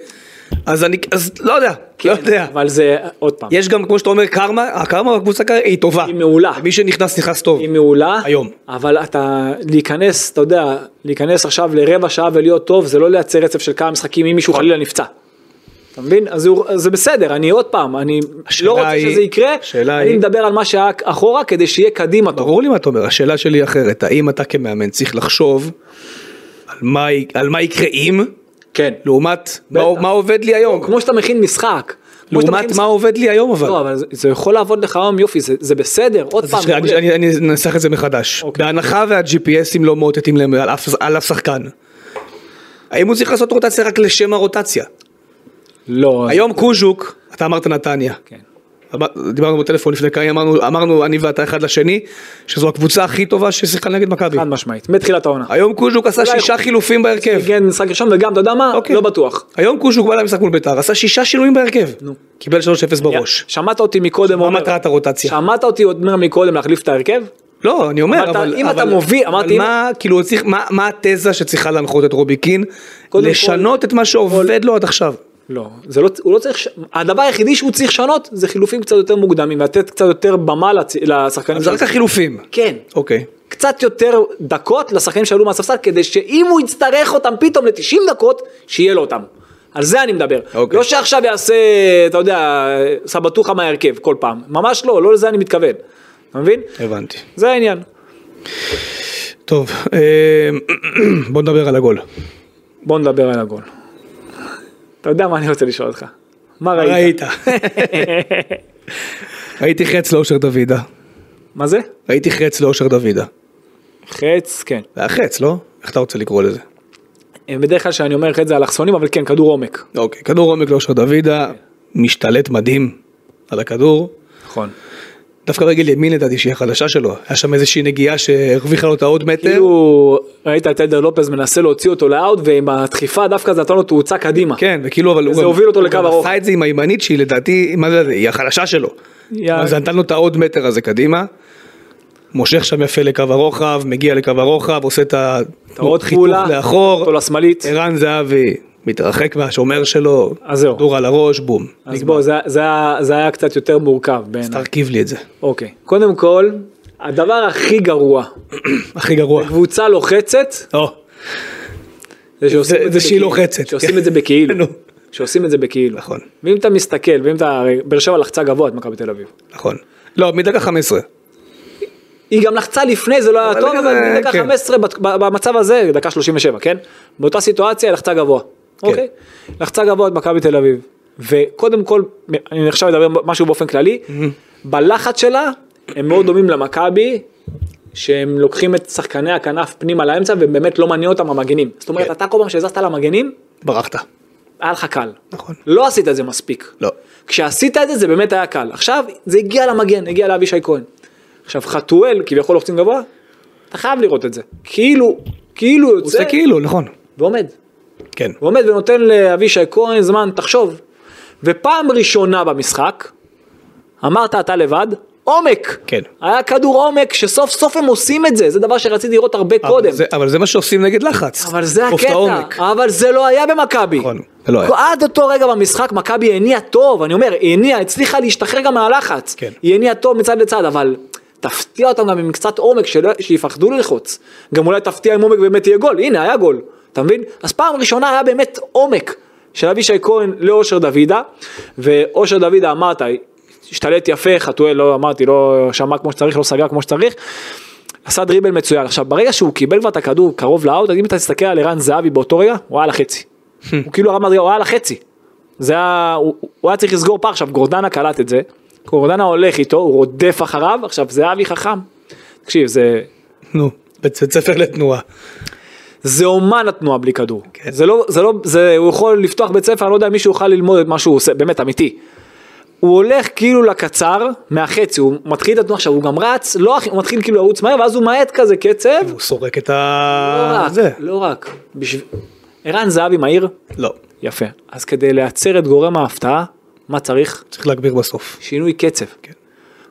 S2: אז אני, אז לא יודע, לא יודע.
S3: כן, אבל זה, עוד פעם,
S2: יש גם, כמו שאתה אומר, קרמה, הקרמה בקבוצה כרגע היא טובה.
S3: היא מעולה.
S2: מי שנכנס, נכנס טוב.
S3: היא מעולה,
S2: היום.
S3: אבל אתה, להיכנס, אתה יודע, להיכנס עכשיו לרבע שעה ולהיות טוב, זה לא לייצר רצף של כמה משחקים אם
S2: נכון.
S3: מישהו חלילה נפצע. אתה מבין? אז הוא- אז זה בסדר, אני עוד פעם, אני
S2: השאלה
S3: לא רוצה
S2: היא-
S3: שזה יקרה,
S2: השאלה
S3: אני
S2: היא-
S3: מדבר על מה שהיה אחורה כדי שיהיה קדימה טוב.
S2: ברור לי מה אתה אומר, השאלה שלי היא אחרת, האם אתה כמאמן צריך לחשוב על מה, י- על מה יקרה אם,
S3: כן.
S2: לא. לעומת מה, מה עובד לי היום?
S3: כמו שאתה מכין משחק. לא, כמו שאתה מכין
S2: לעומת מה
S3: משחק-
S2: עובד לי היום אבל.
S3: לא, אבל זה- זה יכול לעבוד לך היום יופי, זה- זה בסדר, עוד
S2: אז
S3: פעם.
S2: שנייה, אני- אני אני אנסח את זה מחדש.
S3: אוקיי.
S2: בהנחה וה-GPSים לא מאותתים להם על אף- על אף שחקן. האם הוא צריך לעשות רוטציה רק לשם הרוטציה?
S3: לא, אז-
S2: היום קוז'וק, אתה אמרת נתניה.
S3: כן.
S2: אמר- דיברנו בטלפון לפני כמה ימים, אמרנו- אמרנו אני ואתה אחד לשני, שזו הקבוצה הכי טובה ששיחקה נגד מכבי.
S3: חד משמעית, מתחילת העונה.
S2: היום קוז'וק עשה
S3: אולי-
S2: שישה חילופים בהרכב.
S3: כן, משחק ראשון וגם, אתה יודע מה?
S2: אוקיי.
S3: לא בטוח.
S2: היום קוז'וק בא למשחק מול בית"ר, עשה שישה שינויים בהרכב. קיבל 3-0
S3: לא
S2: בראש.
S3: שמעת אותי מקודם
S2: מה
S3: אומר,
S2: מטרת הרוטציה?
S3: שמעת אותי אומר מקודם להחליף את ההרכב?
S2: לא, אני אומר,
S3: אמרת,
S2: אבל...
S3: אם אתה
S2: אבל-
S3: מוביל,
S2: אבל
S3: אמרתי, אם-
S2: מה, כאילו, צריך- מה- מה התזה שצריכה להנחות את רובי קין?
S3: קודם
S2: לשנות את מה שעובד לו עד עכשיו.
S3: לא, זה לא, הוא לא צריך, ש- הדבר היחידי שהוא צריך לשנות זה חילופים קצת יותר מוקדמים ולתת קצת יותר במה לצ- לשחקנים.
S2: זה רק
S3: שעלו.
S2: החילופים.
S3: כן,
S2: אוקיי.
S3: קצת יותר דקות לשחקנים שעלו מהספסל כדי שאם הוא יצטרך אותם פתאום ל-90 דקות, שיהיה לו אותם. על זה אני מדבר.
S2: אוקיי.
S3: לא שעכשיו יעשה, אתה יודע, סבתוכה מההרכב כל פעם. ממש לא, לא לזה אני מתכוון. אתה מבין?
S2: הבנתי.
S3: זה העניין.
S2: טוב, אה, בוא נדבר על הגול.
S3: בוא נדבר על הגול. אתה יודע מה אני רוצה לשאול אותך. מה ראית?
S2: ראית. ראיתי חץ לאושר דוידה.
S3: מה זה?
S2: ראיתי חץ לאושר דוידה.
S3: חץ, כן.
S2: זה היה חץ, לא? איך אתה רוצה לקרוא לזה?
S3: בדרך כלל כשאני אומר חץ זה אלכסונים, אבל כן, כדור עומק.
S2: אוקיי, כדור עומק לאושר דוידה, משתלט מדהים על הכדור.
S3: נכון.
S2: דווקא רגל ימין לדעתי שהיא החלשה שלו, היה שם איזושהי נגיעה שהרוויחה לו אותה עוד מטר.
S3: כאילו,
S2: כן.
S3: ראית את אלדר לופז מנסה להוציא אותו לאאוט, ועם הדחיפה דווקא זה נתן לו תאוצה קדימה.
S2: כן, וכאילו אבל הוא
S3: זה
S2: גם-
S3: הוביל אותו
S2: הוא
S3: לקו
S2: גם
S3: ארוך.
S2: עשה את זה עם הימנית שהיא לדעתי, מה זה, היא החלשה שלו.
S3: יא-
S2: אז זה נתן לו את העוד מטר הזה קדימה. מושך שם יפה לקו הרוחב, מגיע לקו הרוחב, עושה את ה-
S3: עוד
S2: חיתוך
S3: פעולה,
S2: לאחור.
S3: אותו לשמאלית.
S2: ערן זהבי מתרחק מהשומר שלו,
S3: אז זהו.
S2: כדור על הראש, בום.
S3: אז בוא, זה- זה היה- זה היה קצת יותר מורכב בעיניי.
S2: תרכיב לי את זה.
S3: אוקיי. קודם כל, הדבר הכי גרוע,
S2: הכי גרוע.
S3: קבוצה לוחצת,
S2: או,
S3: זה, שעושים
S2: זה-
S3: את
S2: זה שהיא
S3: בכאילו.
S2: לוחצת. כן.
S3: שעושים את זה בכאילו.
S2: נו.
S3: שעושים את זה בכאילו.
S2: נכון.
S3: ואם אתה מסתכל, ואם אתה, הרי באר שבע לחצה גבוה את מכבי תל אביב.
S2: נכון. לא, מדקה 15.
S3: היא גם לחצה לפני, זה לא היה
S2: אבל
S3: טוב,
S2: כזה,
S3: אבל בדקה
S2: כן.
S3: 15 בת- ב- במצב הזה, דקה 37, כן? באותה סיטואציה היא לחצה גבוה.
S2: כן.
S3: אוקיי? לחצה גבוה את מכבי תל אביב. וקודם כל, אני עכשיו אדבר משהו באופן כללי, בלחץ שלה, הם מאוד דומים למכבי, שהם לוקחים את שחקני הכנף פנימה לאמצע, ובאמת לא מעניין אותם המגנים. זאת אומרת,
S2: כן.
S3: אתה כל פעם שהזזת למגנים,
S2: ברחת.
S3: היה לך קל.
S2: נכון.
S3: לא עשית את זה מספיק.
S2: לא.
S3: כשעשית את זה, זה באמת היה קל. עכשיו, זה הגיע למגן, הגיע לאבישי כהן. עכשיו, חתואל, כביכול לוחצים גבוה, אתה חייב לראות את זה. כאילו, כאילו
S2: הוא עושה
S3: יוצא,
S2: כאילו, נכון.
S3: ועומד.
S2: כן.
S3: הוא עומד ונותן לאבישי כהן זמן, תחשוב. ופעם ראשונה במשחק, אמרת אתה לבד, עומק.
S2: כן.
S3: היה כדור עומק, שסוף סוף הם עושים את זה, זה דבר שרציתי לראות הרבה
S2: אבל
S3: קודם.
S2: זה- אבל זה מה שעושים נגד לחץ.
S3: אבל זה
S2: לתקוף את העומק.
S3: הקטע, אבל זה לא היה במכבי.
S2: נכון, זה לא היה.
S3: עד אותו רגע במשחק מכבי הניעה טוב, אני אומר, היא הניעה, הצליחה להשתחרר גם מהלחץ.
S2: כן.
S3: היא הניעה טוב מצד לצד, אבל תפתיע אותם גם עם קצת עומק, שלא, שיפחדו ללחוץ. גם אולי תפתיע עם עומק ובאמת יהיה גול, הנה היה גול, אתה מבין? אז פעם ראשונה היה באמת עומק של אבישי כהן לאושר דוידה, ואושר דוידה אמרת, השתלט יפה, חתואל, לא אמרתי, לא שמע כמו שצריך, לא סגר כמו שצריך. עשה דריבל מצוין. עכשיו, ברגע שהוא קיבל כבר את הכדור קרוב לאאוט, אז אם אתה תסתכל על ערן זהבי באותו רגע, הוא היה על החצי. הוא כאילו הרב מדרגה, הוא היה על החצי. זה היה, הוא, הוא היה צריך לסגור פער. עכשיו, גורדנה קלט את זה, גורדנה הולך איתו, הוא רודף אחריו, עכשיו, זהבי חכם. תקשיב, זה,
S2: נו, בית בית ספר לתנועה.
S3: זה אומן התנועה בלי כדור.
S2: כן.
S3: זה לא, זה לא, זה, הוא יכול לפתוח בית ספר, אני לא יודע אם מישהו יוכל ללמוד את מה שהוא עושה, באמת, אמיתי. הוא הולך כאילו לקצר, מהחצי, הוא מתחיל את התנועה, עכשיו הוא גם רץ, לא, הכי- הוא מתחיל כאילו לרוץ מהר, ואז הוא מאט כזה קצב,
S2: הוא סורק את
S3: לא
S2: ה...
S3: רק,
S2: אה, זה.
S3: לא רק. בשב- ערן זהבי מהיר,
S2: לא.
S3: יפה. אז כדי לייצר את גורם ההפתעה, מה צריך?
S2: צריך להגביר בסוף.
S3: שינוי קצב.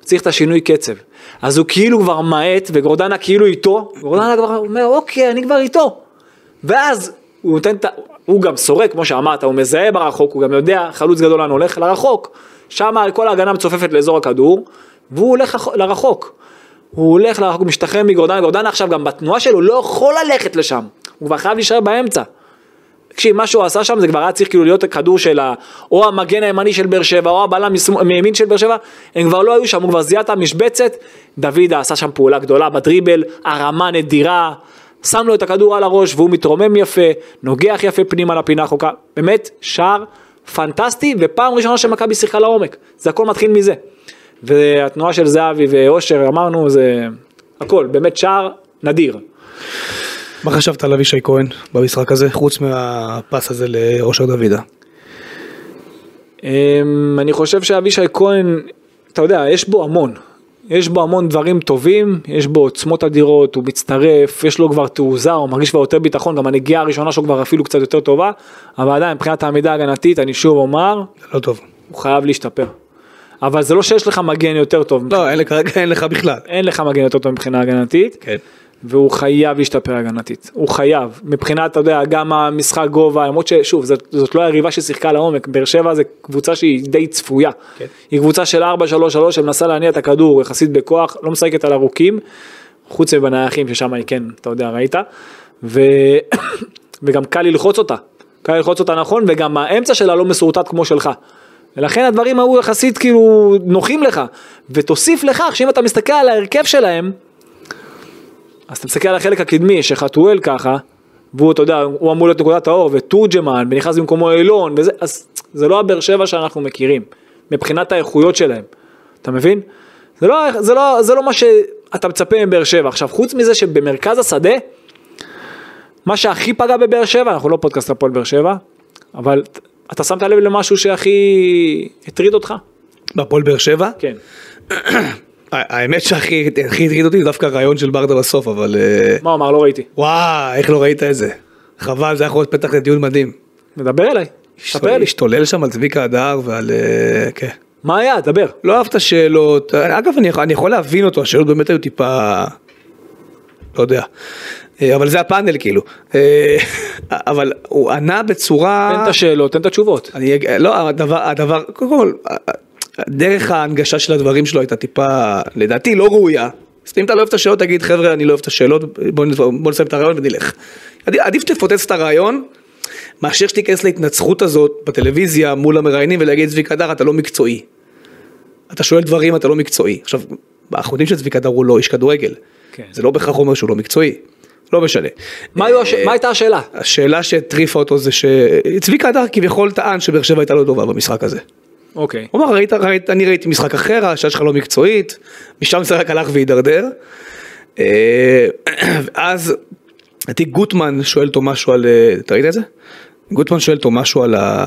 S3: צריך את השינוי קצב. אז הוא כאילו כבר מאט, וגורדנה כאילו איתו, גורדנה כבר אומר, אוקיי, אני כבר איתו. ואז הוא נותן את ה... הוא גם סורק, כמו שאמרת, הוא מזהה ברחוק, הוא גם יודע, חלוץ גדול לאן הולך, לרחוק. שם כל ההגנה מצופפת לאזור הכדור, והוא הולך לח- לרחוק. הוא הולך לרחוק, הוא משתחרר מגורדנה, גורדנה עכשיו גם בתנועה שלו לא יכול ללכת לשם. הוא כבר חייב להישאר באמצע. תקשיב, מה שהוא עשה שם זה כבר היה צריך כאילו להיות הכדור של ה... או המגן הימני של באר שבע, או הבלם משמאל- מימין של באר שבע, הם כבר לא היו שם, הוא כבר זיהה את המשבצת, דוידה עשה שם פעולה גדולה בדריבל, הרמה נדירה, שם לו את הכדור על הראש והוא מתרומם יפה, נוגח יפה פנימה לפינה החוקה, באמת, שער פנטסטי, ופעם ראשונה שמכבי שיחקה לעומק. זה הכל מתחיל מזה. והתנועה של זהבי ואושר, אמרנו, זה הכל, באמת שער נדיר.
S2: מה חשבת על אבישי כהן במשחק הזה, חוץ מהפס הזה לאושר דוידה?
S3: אמ, אני חושב שאבישי כהן, אתה יודע, יש בו המון. יש בו המון דברים טובים, יש בו עוצמות אדירות, הוא מצטרף, יש לו כבר תעוזה, הוא מרגיש כבר יותר ביטחון, גם הנגיעה הראשונה שלו כבר אפילו קצת יותר טובה, אבל עדיין מבחינת העמידה ההגנתית, אני שוב אומר,
S2: זה לא טוב.
S3: הוא חייב להשתפר. אבל זה לא שיש לך מגן יותר טוב,
S2: לא, אין לך- כרגע אין לך בכלל.
S3: אין לך מגן יותר טוב מבחינה הגנתית,
S2: כן.
S3: והוא חייב להשתפר הגנתית, הוא חייב, מבחינת, אתה יודע, גם המשחק גובה, למרות ששוב, זאת, זאת לא היריבה ששיחקה לעומק, באר שבע זה קבוצה שהיא די צפויה,
S2: כן.
S3: היא קבוצה של 4-3-3 שמנסה להניע את הכדור יחסית בכוח, לא משחקת על ארוכים, חוץ מבנייחים ששם היא כן, אתה יודע, ראית, ו... וגם קל ללחוץ אותה, קל ללחוץ אותה נכון, וגם האמצע שלה לא משורטט כמו שלך. ולכן הדברים ההוא יחסית כאילו נוחים לך, ותוסיף לכך שאם אתה מסתכל על ההרכב שלהם, אז אתה מסתכל על החלק הקדמי שחתואל ככה, והוא אתה יודע, הוא אמור להיות נקודת האור, ותורג'מן, ונכנס במקומו אילון, וזה, אז זה לא הבאר שבע שאנחנו מכירים, מבחינת האיכויות שלהם, אתה מבין? זה לא, זה לא, זה לא מה שאתה מצפה מבאר שבע. עכשיו, חוץ מזה שבמרכז השדה, מה שהכי פגע בבאר שבע, אנחנו לא פודקאסט הפועל באר שבע, אבל אתה שמת לב למשהו שהכי הטריד אותך?
S2: בהפועל באר שבע?
S3: כן.
S2: האמת שהכי הכי הטריד אותי זה דווקא הרעיון של ברדה בסוף, אבל... אה,
S3: מה הוא אמר? לא ראיתי.
S2: וואו, איך לא ראית את זה? חבל, זה היה יכול להיות פתח לדיון מדהים.
S3: מדבר אליי, ספר לי.
S2: השתולל שם על צביקה הדר ועל... אה, כן.
S3: מה היה? דבר.
S2: לא אהב את השאלות, אגב אני, יכול- אני יכול להבין אותו, השאלות באמת היו טיפה, לא יודע, אה, אבל זה הפאנל כאילו, אה, אבל הוא ענה בצורה,
S3: תן את השאלות, תן את התשובות.
S2: אני, אג- לא הדבר, הדבר, קודם כל, דרך ההנגשה של הדברים שלו הייתה טיפה, לדעתי לא ראויה, אז אם אתה לא אוהב את השאלות תגיד חבר'ה אני לא אוהב את השאלות, בוא, נ- בוא נסיים את הרעיון ונלך, עדיף, עדיף שתפוצץ את הרעיון, מאשר שתיכנס להתנצחות הזאת בטלוויזיה מול המראיינים ולהגיד צביקה דר אתה לא מקצועי. אתה שואל דברים אתה לא מקצועי. עכשיו, אנחנו יודעים שצביקה דר הוא לא איש כדורגל.
S3: כן.
S2: זה לא בהכרח אומר שהוא לא מקצועי. לא משנה.
S3: מה היו הש- מה הייתה השאלה?
S2: השאלה שהטריפה אותו זה שצביקה הדר כביכול טען שבאר שבע הייתה לא טובה במשחק הזה.
S3: אוקיי.
S2: הוא אמר, ראית, ראית, אני ראיתי משחק אחר, השעה שלך לא מקצועית, משם זה רק הלך והידרדר. אה, ואז, לדעתי גוטמן שואל אותו משהו על, אה, אתה ראית את זה? גוטמן שואל אותו משהו על ה...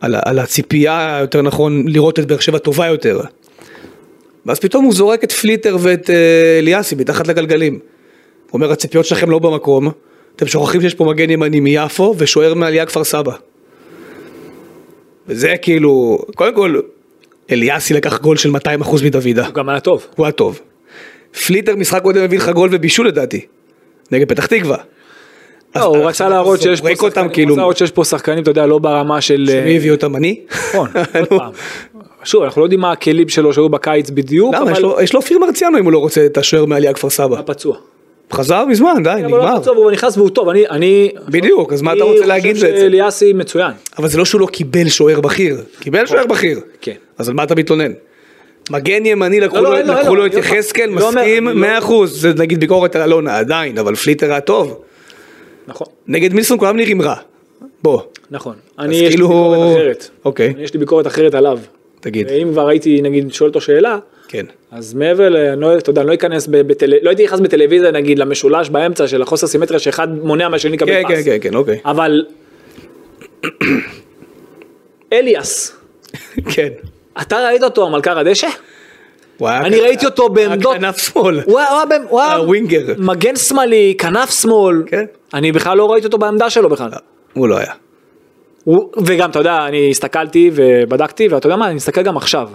S2: על, ה- על הציפייה, יותר נכון, לראות את באר שבע טובה יותר. ואז פתאום הוא זורק את פליטר ואת אה, אליאסי מתחת לגלגלים. הוא אומר, הציפיות שלכם לא במקום, אתם שוכחים שיש פה מגן ימני מיפו ושוער מעלייה כפר סבא. וזה כאילו, קודם כל, אליאסי לקח גול של 200% מדוידה,
S3: הוא גם היה טוב.
S2: הוא היה טוב. פליטר משחק קודם הביא לך גול ובישול לדעתי, נגד פתח תקווה.
S3: לא, הוא רצה להראות שיש פה
S2: פה
S3: שחקנים,
S2: אותם
S3: הוא
S2: כאילו,
S3: רצה להראות שיש פה שחקנים, אתה יודע, לא ברמה של...
S2: מי הביא אותם אני?
S3: נכון, עוד פעם. שוב, אנחנו לא יודעים מה הכלים שלו שהיו בקיץ בדיוק,
S2: למה? יש
S3: אבל
S2: לו- יש לו אופיר מרציאנו אם הוא לא רוצה את השוער מעלייה כפר סבא.
S3: הוא פצוע.
S2: חזר מזמן, די,
S3: אבל לא הוא
S2: נגמר.
S3: היה פצוע והוא נכנס והוא טוב, אני... אני-
S2: בדיוק, אז מה אתה
S3: אני
S2: רוצה
S3: חושב
S2: להגיד בעצם?
S3: שאליאסי מצוין.
S2: אבל זה לא שהוא לא קיבל שוער בכיר, קיבל שוער בכיר.
S3: כן.
S2: אז על מה אתה מתלונן? מגן ימני לקחו
S3: לא,
S2: לו-
S3: אין לו, אין
S2: לקחו
S3: לו,
S2: לו את
S3: אני לא-
S2: יחזקאל,
S3: לא אומר,
S2: מסכים,
S3: אני לא-
S2: 100%, זה נגיד ביקורת על אלונה, עדיין, אבל פליטר היה טוב.
S3: נכון,
S2: נגד מילסון כולם נראים רע. בוא,
S3: נכון. אני יש לי
S2: כאילו-
S3: ביקורת אחרת.
S2: אוקיי.
S3: אני, יש לי ביקורת אחרת עליו.
S2: תגיד.
S3: ואם כבר הייתי, נגיד, שואל אותו שאלה,
S2: כן.
S3: אז מעבר ל... אני לא- אתה יודע, אני לא אכנס ב- בטל... לא הייתי נכנס בטלוויזיה, נגיד, למשולש באמצע של החוסר סימטריה שאחד מונע מהשני לקבל
S2: כן,
S3: פס.
S2: כן, כן, כן, אוקיי.
S3: אבל אליאס,
S2: כן.
S3: אתה ראית אותו על מלכר הדשא?
S2: הוא היה-
S3: אני ראיתי אותו בעמדות-
S2: הכנף שמאל.
S3: הוא היה- הוא היה במ- הוא היה
S2: הווינגר.
S3: מגן שמאלי, כנף שמאל,
S2: כן.
S3: אני בכלל לא ראיתי אותו בעמדה שלו בכלל.
S2: הוא לא היה.
S3: הוא- וגם, אתה יודע, אני הסתכלתי ובדקתי, ואתה יודע מה, אני מסתכל גם עכשיו.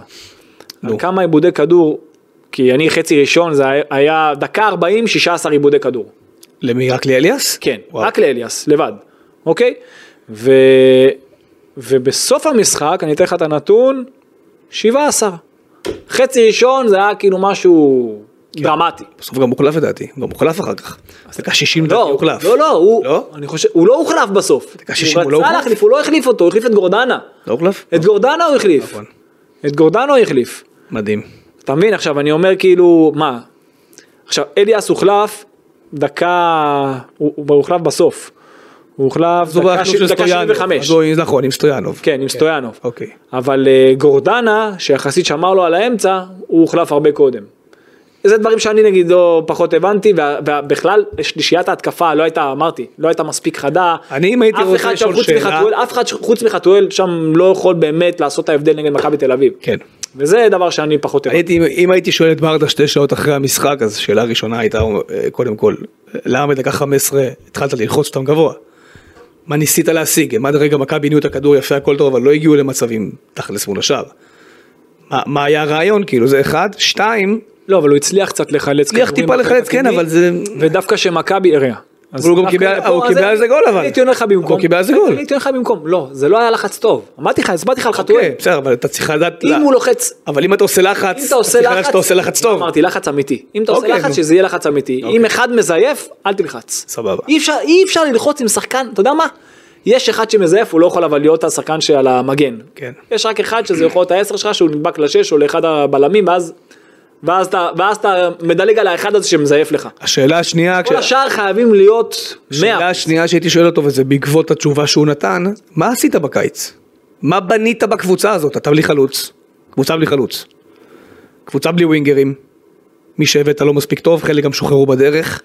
S3: על כמה עיבודי כדור, כי אני חצי ראשון, זה היה- היה דקה 40, 16 עיבודי כדור.
S2: למי? רק לאליאס?
S3: כן,
S2: וואו.
S3: רק לאליאס, לבד, אוקיי? ו... ובסוף המשחק, אני אתן לך את הנתון, 17. חצי ראשון זה היה כאילו משהו דרמטי.
S2: בסוף גם הוחלף כן. לדעתי, הוא גם הוחלף אחר כך. דקה 60 לדעתי
S3: לא,
S2: הוחלף.
S3: לא, לא, הוא,
S2: לא?
S3: אני חושב, הוא לא הוחלף בסוף.
S2: שישים, הוא לא
S3: רצה
S2: הוחלף?
S3: להחליף, הוא לא החליף אותו, הוא החליף את גורדנה.
S2: לא הוחלף?
S3: את גורדנה הוא החליף.
S2: נכון.
S3: את גורדנה הוא החליף.
S2: מדהים.
S3: אתה מבין עכשיו אני אומר כאילו מה עכשיו אליאס הוחלף דקה הוא, הוא הוחלף בסוף הוא הוחלף
S2: אז הוא
S3: דקה
S2: בהחלוף של
S3: ש- דקה
S2: סטויאנוב. אז
S3: 75.
S2: הוא- נכון, עם סטויאנוב.
S3: כן, עם סטויאנוב.
S2: אוקיי.
S3: אבל אה, גורדנה, שיחסית שמר לו על האמצע, הוא הוחלף הרבה קודם. זה דברים שאני נגיד לא פחות הבנתי, וה- ובכלל שלישיית ההתקפה לא הייתה, אמרתי, לא הייתה מספיק חדה.
S2: אני, אם הייתי
S3: אף
S2: רוצה
S3: אחד
S2: לשאול
S3: שם חוץ
S2: שאלה-
S3: מחתואל- אף אחד ש- חוץ מחתואל שם לא יכול באמת לעשות את ההבדל נגד מכבי תל אביב.
S2: כן.
S3: וזה דבר שאני פחות הבנתי.
S2: הייתי, אם הייתי שואל את ברדה שתי שעות אחרי המשחק, אז השאלה הראשונה הייתה, אה, קודם כל, למה בדקה 15 התחלת ללחוץ אותם גבוה? מה ניסית להשיג? הם עד הרגע מכבי ניהלו את הכדור יפה, הכל טוב, אבל לא הגיעו למצבים תכלס מול השאר. מה, מה היה הרעיון? כאילו, זה אחד. שתיים,
S3: לא, אבל הוא הצליח קצת לחלץ
S2: הצליח
S3: כדורים
S2: טיפה
S3: מהחלק
S2: לחלץ, כן,
S3: הקדמי,
S2: אבל זה-
S3: ודווקא שמכבי הראה. אז
S2: אבל הוא גם
S3: דווקא
S2: קיבל-
S3: פה,
S2: הוא
S3: אז
S2: קיבל
S3: אני-
S2: על זה גול, אבל.
S3: אני הייתי עונה לך במקום.
S2: הוא קיבל על זה גול.
S3: אני הייתי עונה לך במקום. לא, זה לא היה לחץ טוב. אמרתי לך, הסברתי לך על חתואל.
S2: אוקיי, לא. בסדר, אבל אתה צריך לדעת...
S3: אם
S2: לה-
S3: הוא לוחץ...
S2: אבל אם אתה עושה לחץ,
S3: אם אתה עושה
S2: צריך לדעת
S3: לחץ,
S2: שאתה עושה לחץ טוב.
S3: אמרתי לחץ אמיתי, אם אתה עושה
S2: אוקיי, נו.
S3: לחץ שזה יהיה לחץ אמיתי,
S2: אוקיי.
S3: אם אחד מזייף אל תלחץ,
S2: סבבה.
S3: אי אפשר, אי אפשר ללחוץ עם שחקן, אתה יודע מה, יש אחד שמזייף הוא לא יכול אבל להיות השחקן שעל המגן,
S2: כן.
S3: יש רק אחד שזה יכול להיות העשר שלך שהוא נדבק לשש או לאחד הבלמים ואז, ואז, אתה, ואז אתה מדלג על האחד הזה שמזייף לך,
S2: השאלה השנייה...
S3: כל השאר חייבים להיות 100,
S2: השאלה השנייה שהייתי שואל אותו, וזה בעקבות התשובה שהוא נתן, מה עשית בקיץ? מה בנית בקבוצה הזאת? אתה בלי חלוץ, קבוצה בלי חלוץ, קבוצה בלי ווינגרים, מי שהבאת לא מספיק טוב, חלק גם שוחררו בדרך,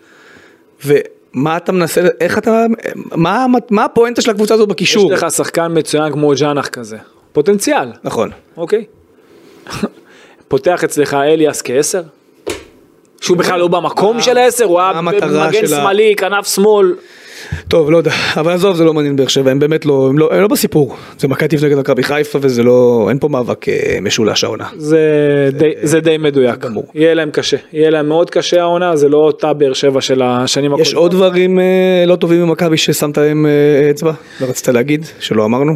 S2: ומה אתה מנסה, איך אתה, מה, מה, מה הפואנטה של הקבוצה הזאת
S3: יש
S2: בקישור?
S3: לך שחקן מצוין כמו ג'אנח כזה, פוטנציאל,
S2: נכון.
S3: אוקיי. פותח אצלך אליאס כעשר? שהוא בכלל לא במקום של העשר, הוא היה
S2: מה המטרה
S3: מגן
S2: של ה-
S3: שמאלי, כנף שמאל.
S2: טוב, לא יודע, אבל עזוב, זה לא מעניין באר שבע, הם באמת לא, הם לא, הם לא בסיפור. זה מכבי תל אביב נגד מכבי חיפה וזה לא, אין פה מאבק אה, משולש העונה.
S3: זה די- זה די מדויק.
S2: גמור.
S3: יהיה להם קשה, יהיה להם מאוד קשה העונה, זה לא אותה באר שבע של השנים
S2: יש עוד דברים אה, לא טובים במכבי ששמת להם אה, אצבע ורצית להגיד שלא אמרנו?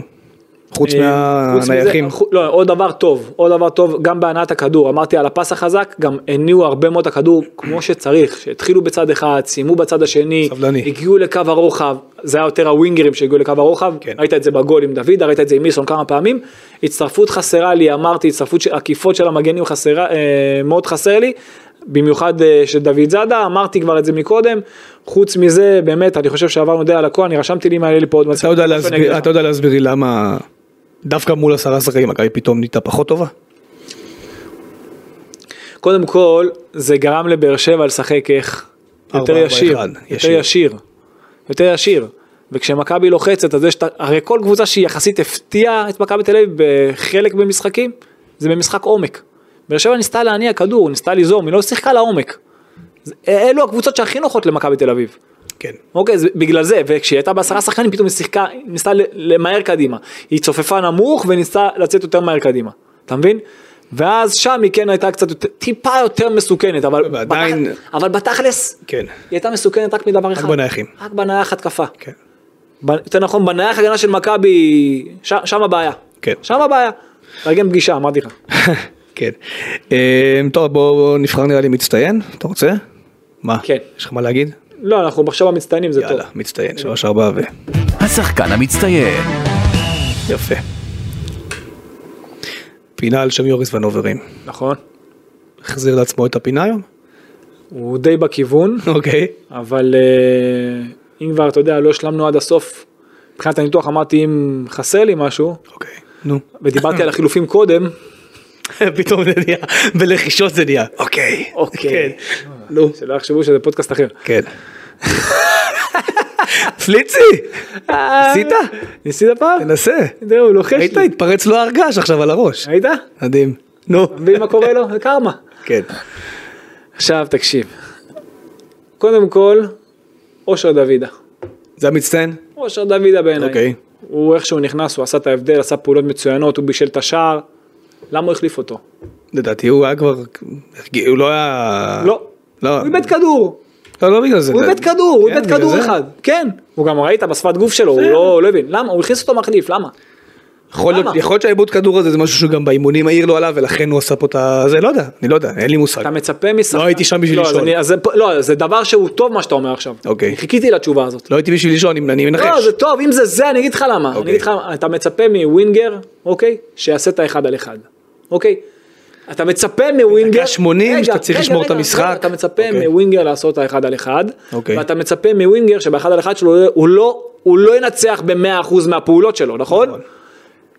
S2: חוץ
S3: אה, חוץ מזה,
S2: מהנייחים.
S3: חו- לא, עוד דבר טוב, עוד דבר טוב, גם בהנעת הכדור, אמרתי על הפס החזק, גם הניעו הרבה מאוד הכדור כמו שצריך, שהתחילו בצד אחד, סיימו בצד השני,
S2: סבלני.
S3: הגיעו לקו הרוחב, זה היה יותר הווינגרים שהגיעו לקו הרוחב,
S2: כן.
S3: ראית את זה בגול עם דוד, ראית את זה עם מילסון כמה פעמים, הצטרפות חסרה לי, אמרתי, הצטרפות של- עקיפות של המגנים חסרה, אה, מאוד חסר לי. במיוחד אה, של דוד זאדה, אמרתי כבר את זה מקודם, חוץ מזה באמת אני חושב שעברנו די על הכל, אני רשמתי לי אם היה לי פה עוד
S2: אתה
S3: מצב.
S2: יודע להסביר- אתה יודע להסביר לי למה דווקא מול עשרה שחקנים מכבי פתאום נהייתה פחות טובה?
S3: קודם כל, זה גרם לבאר שבע לשחק איך?
S2: ארבע,
S3: יותר
S2: ארבע,
S3: ישיר,
S2: אחד,
S3: יותר
S2: ישיר.
S3: ישיר, יותר ישיר. וכשמכבי לוחצת, אז יש, את ה- הרי כל קבוצה שהיא יחסית הפתיעה את מכבי תל אביב בחלק במשחקים, זה במשחק עומק. באר שבע ניסתה להניע כדור, ניסתה ליזום, היא לא שיחקה לעומק. זה- אה, אלו הקבוצות שהכי נוחות למכבי תל אביב.
S2: כן.
S3: אוקיי, אז בגלל זה, וכשהיא הייתה בעשרה שחקנים פתאום היא שיחקה, ניסתה ל- למהר קדימה. היא צופפה נמוך וניסתה לצאת יותר מהר קדימה, אתה מבין? ואז שם היא כן הייתה קצת יותר, טיפה יותר מסוכנת, אבל,
S2: ועדיין-
S3: בתכ- אבל בתכלס,
S2: כן.
S3: היא הייתה מסוכנת רק מדבר אחד.
S2: בנייחים.
S3: רק בנייח התקפה.
S2: כן.
S3: ב- יותר נכון, בנייח הגנה של מכבי, ש- שם הבעיה.
S2: כן.
S3: שם הבעיה. תרגם פגישה, אמרתי לך.
S2: כן. אה, טוב, בואו נבחר נראה לי מצטיין, אתה רוצה? מה?
S3: כן.
S2: יש לך מה להגיד?
S3: לא, אנחנו עכשיו המצטיינים, זה טוב.
S2: יאללה, מצטיין, שלוש ארבע ו...
S1: השחקן המצטיין.
S2: יפה. פינה על שם יוריס ונוברים.
S3: נכון.
S2: החזיר לעצמו את הפינה היום?
S3: הוא די בכיוון.
S2: אוקיי.
S3: אבל אה, אם כבר, אתה יודע, לא השלמנו עד הסוף. מבחינת הניתוח אמרתי אם חסר לי משהו,
S2: אוקיי. נו.
S3: ודיברתי על החילופים קודם,
S2: פתאום זה נהיה, בלחישות זה נהיה, אוקיי.
S3: אוקיי.
S2: כן. נו.
S3: שלא יחשבו שזה פודקאסט אחר.
S2: כן. פליצי,
S3: אה.
S2: עשית?
S3: ניסית פעם?
S2: תנסה.
S3: תראה, הוא לוחש
S2: ראית?
S3: לי.
S2: התפרץ לו הרגש עכשיו על הראש.
S3: ראית?
S2: מדהים. נו.
S3: מבין מה קורה לו? זה קרמה.
S2: כן.
S3: עכשיו תקשיב. קודם כל, אושר דוידה.
S2: זה המצטיין?
S3: אושר דוידה בעיניי.
S2: אוקיי.
S3: הוא איך שהוא נכנס, הוא עשה את ההבדל, עשה פעולות מצוינות, הוא בישל את השער. למה הוא החליף אותו?
S2: אה. לדעתי הוא היה כבר, הוא לא היה...
S3: לא.
S2: לא.
S3: הוא איבד כדור.
S2: לא, לא בגלל זה.
S3: הוא איבד כדור, הוא
S2: כן,
S3: איבד
S2: בגלל
S3: כדור
S2: זה.
S3: אחד, כן. הוא גם ראית בשפת גוף שלו, הוא לא לא הבין, למה? הוא הכניס אותו מחליף, למה?
S2: יכול להיות
S3: למה?
S2: יכול להיות שהאיבוד כדור הזה זה משהו שגם באימונים העיר לו עליו ולכן הוא עשה פה את ה... זה לא יודע, אני לא יודע, אין לי מושג.
S3: אתה מצפה משחקן...
S2: לא הייתי שם בשביל
S3: לא, אז
S2: לשאול.
S3: אני- אז זה פ- לא, זה דבר שהוא טוב מה שאתה אומר עכשיו.
S2: אוקיי.
S3: חיכיתי לתשובה הזאת.
S2: לא הייתי בשביל לישון, אם אני מנחש.
S3: לא, זה טוב, אם זה זה, אני אגיד לך למה. אני
S2: אוקיי.
S3: אגיד לך, למה. אתה מצפה מווינגר, אוקיי? שיעשה את האחד על אחד, אוקיי? אתה מצפה מווינגר...
S2: דקה 80,
S3: רגע,
S2: שאתה צריך
S3: רגע,
S2: לשמור את
S3: רגע,
S2: המשחק.
S3: רגע, אתה מצפה
S2: אוקיי.
S3: מווינגר לעשות את האחד על אחד,
S2: אוקיי.
S3: ואתה מצפה מווינגר שבאחד על אחד שלו הוא לא... הוא הוא לא ינצח ב-100% מהפעולות שלו, נכון?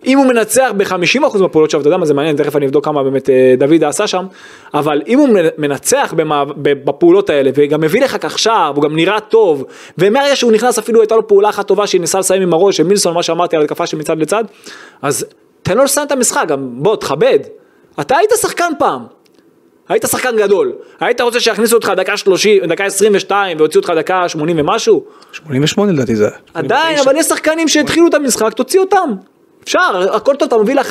S3: אם הוא מנצח ב-50% מהפעולות שלו, אתה יודע מה זה מעניין, תכף אני אבדוק כמה באמת אה, דוד עשה שם, אבל אם הוא מנ- מנצח במע- ב- בפעולות האלה, וגם מביא לך כך שער, והוא גם נראה טוב, ומהרגע שהוא נכנס אפילו הייתה לו פעולה אחת טובה שהיא ניסה לסיים עם הראש, של מילסון, מה שאמרתי על התקפה של מצד לצד, אז תן לו לסיים את המשחק, גם בוא, תכבד. אתה היית שחקן פעם, היית שחקן גדול, היית רוצה שיכניסו אותך דקה 30, דקה 22 והוציאו אותך דקה 80 ומשהו?
S2: 88 לדעתי זה.
S3: עדיין, אבל יש שחקנים שהתחילו את המשחק, תוציא אותם. אפשר, הכל טוב, אתה מוביל 1-0,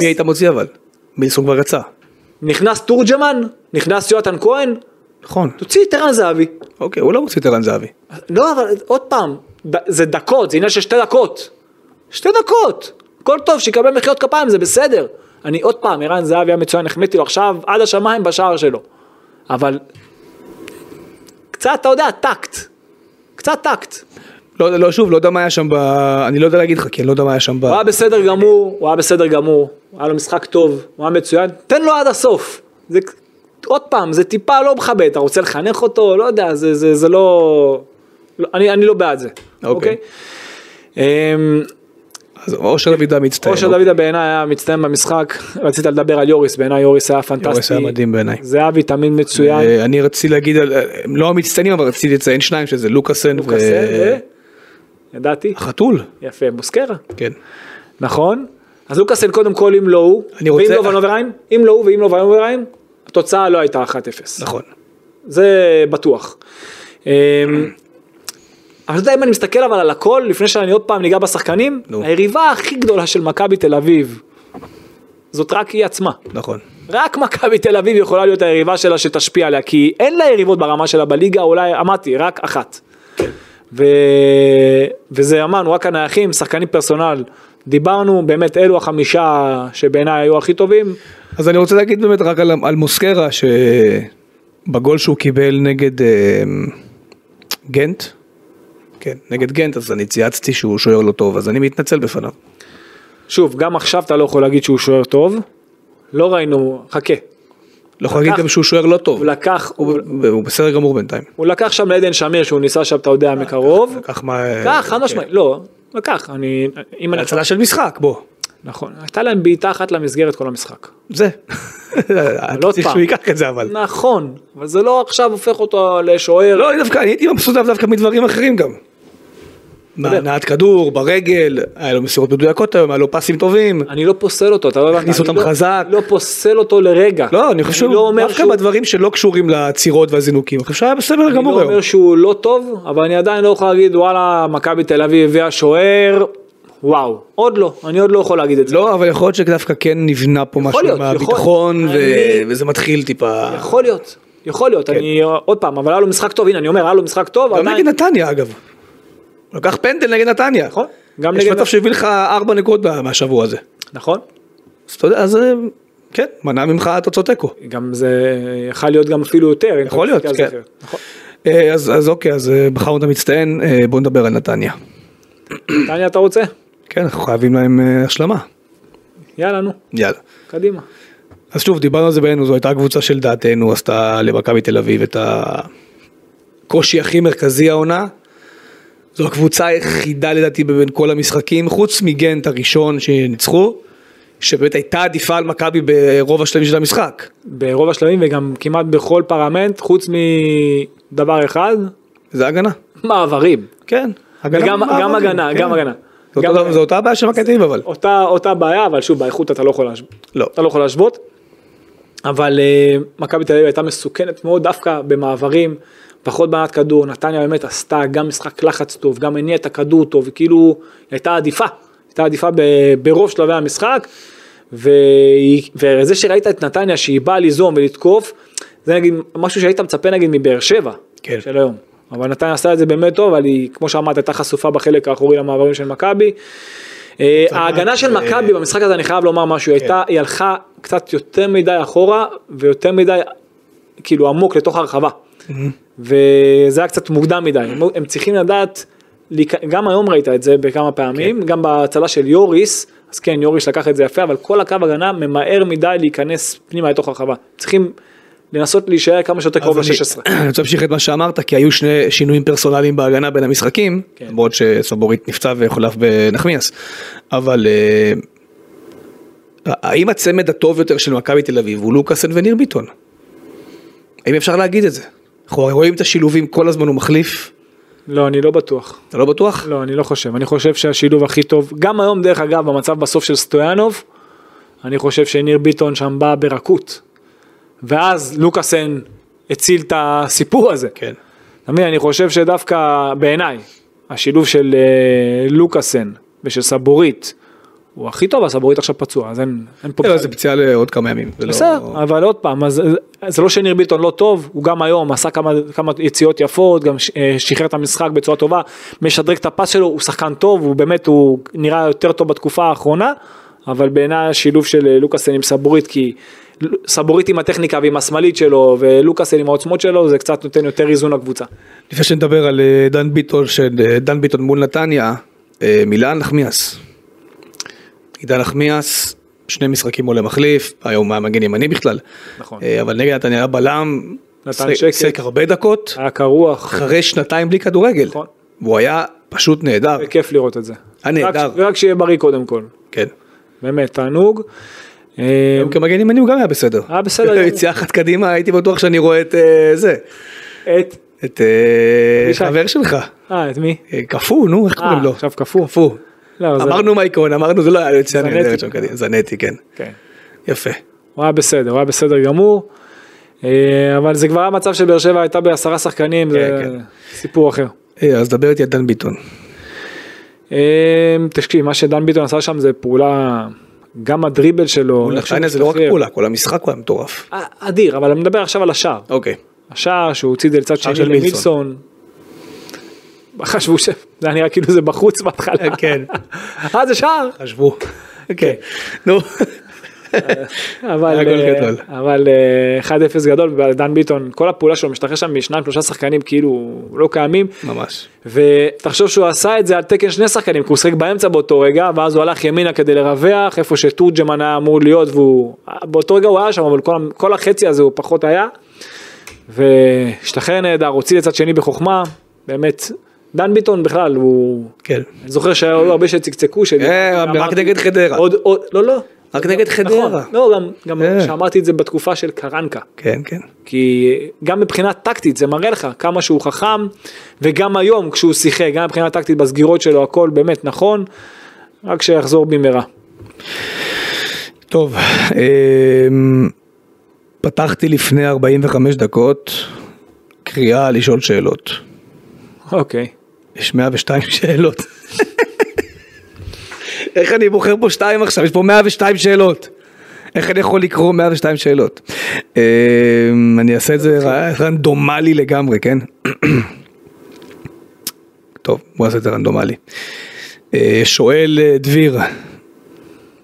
S2: מי היית מוציא אבל? מילסון כבר יצא.
S3: נכנס תורג'מן, נכנס יונתן כהן,
S2: נכון.
S3: תוציא את ערן זהבי.
S2: אוקיי, הוא לא מוציא את ערן זהבי.
S3: לא, אבל עוד פעם, ד- זה דקות, זה עניין של שתי דקות. שתי דקות. הכל טוב, שיקבל מחיאות כפיים, זה בסדר. אני עוד פעם, ערן זהבי היה מצוין, החמאתי לו עכשיו עד השמיים בשער שלו. אבל קצת, אתה יודע, טקט. קצת טקט.
S2: לא, לא, שוב, לא יודע מה היה שם ב... אני לא יודע להגיד לך, כי אני לא יודע מה היה שם ב...
S3: הוא היה בסדר גמור, הוא היה בסדר גמור, היה לו משחק טוב, הוא היה מצוין, תן לו עד הסוף. זה, עוד פעם, זה טיפה לא מכבד, אתה רוצה לחנך אותו, לא יודע, זה, זה, זה לא... לא אני, אני לא בעד זה,
S2: אוקיי.
S3: אוקיי? אמ,
S2: אז אושר דוידה מצטער.
S3: אושר דוידה בעיניי היה מצטיין במשחק, רצית לדבר על יוריס, בעיניי יוריס היה פנטסטי.
S2: היה מדהים בעיניי.
S3: זהבי תמיד מצוין.
S2: אה, אני רציתי להגיד, על- אה, לא המצטיינים, אבל רציתי לציין שניים, שזה לוקאסן
S3: הוא קסם, ו... ידעתי,
S2: החתול.
S3: יפה, מוסקרה,
S2: כן.
S3: נכון? אז לוקאסל קודם כל אם לא הוא,
S2: אני
S3: ואם
S2: רוצה-
S3: לא ונוברהיים, אם לא הוא ואם לא ונוברהיים, התוצאה לא הייתה 1-0.
S2: נכון.
S3: זה בטוח. אמ, אבל אתה יודע אם אני מסתכל אבל על הכל לפני שאני עוד פעם ניגע בשחקנים,
S2: נו.
S3: היריבה הכי גדולה של מכבי תל אביב זאת רק היא עצמה.
S2: נכון.
S3: רק מכבי תל אביב יכולה להיות היריבה שלה שתשפיע עליה, כי אין לה יריבות ברמה שלה בליגה, אולי אמרתי, רק אחת. ו... וזה אמרנו, רק הנייחים, שחקנים פרסונל, דיברנו, באמת אלו החמישה שבעיניי היו הכי טובים,
S2: אז אני רוצה להגיד באמת רק על, על מוסקרה, שבגול שהוא קיבל נגד אה, גנט, כן, נגד גנט, אז אני צייצתי שהוא שוער לא טוב, אז אני מתנצל בפניו.
S3: שוב, גם עכשיו אתה לא יכול להגיד שהוא שוער טוב, לא ראינו, חכה,
S2: לא יכול להגיד
S3: לקח-
S2: גם שהוא שוער לא טוב,
S3: הוא לקח, הוא,
S2: הוא, הוא בסדר גמור בינתיים.
S3: הוא לקח שם לעדן שמיר שהוא ניסה שם, אתה יודע, מקרוב,
S2: לקח מה... כן,
S3: לקח, חד משמעית, לא, לקח, אני, אם אני,
S2: הצלה של משחק, בוא.
S3: נכון, הייתה להם בעיטה אחת למסגרת כל המשחק,
S2: זה.
S3: עוד
S2: אתה צריך
S3: פעם.
S2: שהוא ייקח את זה אבל.
S3: נכון, אבל זה לא עכשיו הופך אותו לשוער,
S2: לא, אני דווקא, אני הייתי מבסוט עליו דווקא מדברים אחרים גם. מהנעת כדור, ברגל, היה לו מסירות מדויקות היום, היה לו פסים טובים.
S3: אני לא פוסל אותו, אתה לא הבנת,
S2: הכניס
S3: אני
S2: אותם
S3: לא-
S2: חזק.
S3: לא פוסל אותו לרגע,
S2: לא, אני חושב,
S3: לא אומר
S2: דווקא
S3: שהוא-
S2: בדברים שלא קשורים לעצירות והזינוקים, אני חושב שהיה בסדר
S3: אני לא
S2: גמור היום.
S3: אומר שהוא לא טוב, אבל אני עדיין לא יכול להגיד וואלה, מכבי תל אביב הביאה שוער, וואו, עוד לא, אני עוד לא יכול להגיד את זה.
S2: לא, אבל יכול להיות שדווקא כן נבנה פה משהו
S3: להיות,
S2: עם
S3: יכול.
S2: הביטחון, ו-
S3: אני-
S2: וזה מתחיל טיפה.
S3: יכול להיות, יכול להיות, אני עוד פעם, אבל היה לו משחק טוב, הנה אני אומר, היה לו משחק
S2: כן.
S3: טוב,
S2: גם
S3: עדיין,
S2: לא, נגד נתניה אגב. הוא לקח פנדל נגד נתניה.
S3: נכון, גם
S2: יש
S3: נגד-
S2: מצב שהביא לך ארבע נקודות מה- מהשבוע הזה.
S3: נכון,
S2: אז אתה יודע, אז אה, כן, מנע ממך תוצאות תיקו.
S3: גם זה יכל להיות גם אפילו יותר, אם
S2: יכול
S3: אתה
S2: להיות,
S3: מסתכל על זה
S2: כן.
S3: אחרת. נכון.
S2: אה, אז אז אוקיי, אז אה, בחרנו את המצטיין, אה, בוא נדבר על נתניה.
S3: נתניה אתה רוצה?
S2: כן, אנחנו חייבים להם אה, השלמה.
S3: יאללה נו,
S2: יאללה.
S3: קדימה.
S2: אז שוב, דיברנו על זה בינינו, זו הייתה הקבוצה שלדעתנו עשתה למכבי תל אביב את הקושי הכי מרכזי העונה. זו הקבוצה היחידה לדעתי בין כל המשחקים, חוץ מגנט הראשון שניצחו, שבאמת הייתה עדיפה על מכבי ברוב השלבים של המשחק.
S3: ברוב השלבים וגם כמעט בכל פרמנט, חוץ מדבר אחד,
S2: זה הגנה.
S3: מעברים.
S2: כן.
S3: וגם-
S2: במעברים,
S3: גם הגנה,
S2: כן.
S3: גם הגנה.
S2: זה
S3: גם
S2: אותו-
S3: הגנה.
S2: זה אותה הבעיה של מכבי תל אביב אבל.
S3: אותה, אותה בעיה, אבל שוב, באיכות אתה לא יכול להשוות.
S2: לא.
S3: אתה לא יכול להשוות. אבל uh, מכבי תל אביב הייתה מסוכנת מאוד דווקא במעברים, פחות בעיית כדור, נתניה באמת עשתה גם משחק לחץ טוב, גם הניע את הכדור טוב, כאילו היא הייתה עדיפה, הייתה עדיפה ב, ברוב שלבי המשחק, והיא- וזה שראית את נתניה שהיא באה ליזום ולתקוף, זה נגיד משהו שהיית מצפה נגיד מבאר שבע,
S2: כן.
S3: של היום. אבל נתניה עשתה את זה באמת טוב, אבל היא, כמו שאמרת, הייתה חשופה בחלק האחורי למעברים של מכבי. אה, ההגנה של מכבי במשחק הזה, אני חייב לומר משהו, היא
S2: כן.
S3: הייתה, היא הלכה קצת יותר מדי אחורה ויותר מדי, כאילו עמוק לתוך הרחבה. וזה היה קצת מוקדם מדי, הם- הם צריכים לדעת, להיכ- גם היום ראית את זה בכמה פעמים,
S2: כן.
S3: גם בהצלה של יוריס, אז כן, יוריס לקח את זה יפה, אבל כל הקו הגנה ממהר מדי להיכנס פנימה לתוך הרחבה. צריכים לנסות להישאר כמה שיותר קרוב
S2: אז אני-
S3: ל-16.
S2: אני רוצה להמשיך את מה שאמרת, כי היו שני שינויים פרסונליים בהגנה בין המשחקים,
S3: כן.
S2: למרות שסבורית נפצע וחולף בנחמיאס, אבל אה, האם הצמד הטוב יותר של מכבי תל אביב הוא לוקאסן וניר ביטון? האם אפשר להגיד את זה? אנחנו הרי רואים את השילובים, כל הזמן הוא מחליף,
S3: לא, אני לא בטוח.
S2: אתה לא בטוח?
S3: לא, אני לא חושב. אני חושב שהשילוב הכי טוב, גם היום דרך אגב, במצב בסוף של סטויאנוב, אני חושב שניר ביטון שם בא ברכות. ואז לוקאסן הציל את הסיפור הזה.
S2: כן.
S3: אתה מבין, אני חושב שדווקא בעיניי, השילוב של אה, לוקאסן ושל סבורית, הוא הכי טוב, הסבורית עכשיו פצוע, אז אין, אין פה...
S2: לא,
S3: בכלל-
S2: זה פציעה לעוד כמה ימים. זה לא-
S3: בסדר, אבל עוד פעם, אז, זה לא שניר ביטון לא טוב, הוא גם היום עשה כמה, כמה יציאות יפות, גם ש- אה, שחרר את המשחק בצורה טובה, משדרג את הפס שלו, הוא שחקן טוב, הוא באמת, הוא נראה יותר טוב בתקופה האחרונה, אבל בעיניי השילוב של אה, לוקאסן עם סבורית, כי ל- סבורית עם הטכניקה ועם השמאלית שלו, ולוקאסן עם העוצמות שלו, זה קצת נותן יותר איזון לקבוצה.
S2: לפני שנדבר על אה, דן ביטון, של אה, דן ביטון מול נתניה, אה, מילה על נחמיאס. עידן נחמיאס, שני משחקים עולה מחליף, היום הוא היה מגן ימני בכלל.
S3: נכון.
S2: אה, אבל נגד נתניה היה בלם,
S3: נתן
S2: שחק-
S3: שקט.
S2: שחק הרבה דקות,
S3: היה קרוח,
S2: אחרי שנתיים בלי כדורגל.
S3: נכון.
S2: והוא היה פשוט נהדר.
S3: כיף לראות את זה.
S2: היה אה, נהדר.
S3: רק- רק שיהיה בריא קודם כל,
S2: כן.
S3: באמת, תענוג. אה,
S2: היום כמגן ימני הוא גם היה בסדר.
S3: היה בסדר גמור.
S2: יציאה אחת קדימה, הייתי בטוח שאני רואה את אה, זה.
S3: את...
S2: את אה,
S3: מישהו.
S2: חבר שלך.
S3: אה, את מי?
S2: אה, קפוא, נו, איך קוראים
S3: אה,
S2: לו?
S3: עכשיו קפוא.
S2: קפוא.
S3: לא, זה-
S2: אמרנו מייקון, אמרנו זה לא היה יוצא
S3: זנתי.
S2: נהדרת שם קדימה, זנתי, כן.
S3: כן.
S2: יפה.
S3: הוא היה בסדר, הוא היה בסדר גמור. אה, אבל זה כבר היה מצב שבאר שבע הייתה בעשרה שחקנים, זה
S2: כן.
S3: סיפור אחר.
S2: אה, אז דבר איתי על דן ביטון.
S3: אה, תקשיב, מה שדן ביטון עשה שם זה פעולה, גם הדריבל שלו.
S2: מול
S3: איך שהוא
S2: נתניה זה לא רק
S3: משתחרר.
S2: פעולה, כל המשחק הוא היה מטורף.
S3: אה, אדיר, אבל אני מדבר עכשיו על השער.
S2: אוקיי.
S3: השער שהוא הוציא את זה לצד
S2: שער
S3: שני
S2: של מילסון.
S3: למילסון. חשבו שזה היה נראה כאילו זה בחוץ בהתחלה.
S2: כן.
S3: אה, זה שער.
S2: חשבו. כן. נו.
S3: אבל,
S2: היה גול
S3: אה,
S2: גדול.
S3: אבל אה, 1-0 גדול, ודן ביטון, כל הפעולה שלו משתחרר שם משניים שלושה שחקנים כאילו לא קיימים,
S2: ממש.
S3: ותחשוב שהוא עשה את זה על תקן שני שחקנים, כי הוא שיחק באמצע באותו רגע, ואז הוא הלך ימינה כדי לרווח, איפה שתורג'מן היה אמור להיות, והוא, באותו רגע הוא היה שם, אבל כל, כל החצי הזה הוא פחות היה, והשתחרר נהדר, הוציא לצד שני בחוכמה, באמת, דן ביטון בכלל, הוא,
S2: כן.
S3: אני זוכר שהיו הרבה שצקצקו, שאני-
S2: אה, רק
S3: אמרתי-
S2: נגד חדרה.
S3: עוד, עוד, לא, לא.
S2: רק נגד חדרה.
S3: נכון, לא, גם, גם
S2: אה.
S3: שאמרתי את זה בתקופה של קרנקה.
S2: כן, כן.
S3: כי גם מבחינה טקטית זה מראה לך כמה שהוא חכם, וגם היום כשהוא שיחק, גם מבחינה טקטית בסגירות שלו הכל באמת נכון, רק שיחזור במהרה.
S2: טוב, אמ, פתחתי לפני 45 דקות קריאה לשאול שאלות.
S3: אוקיי.
S2: יש 102 שאלות. איך אני בוחר פה שתיים עכשיו? יש פה 102 שאלות. איך אני יכול לקרוא 102 שאלות? אמ, אני אעשה את זה
S3: אוקיי.
S2: ר- רנדומלי לגמרי, כן? טוב, בוא נעשה את זה רנדומלי. אה, שואל אה, דביר,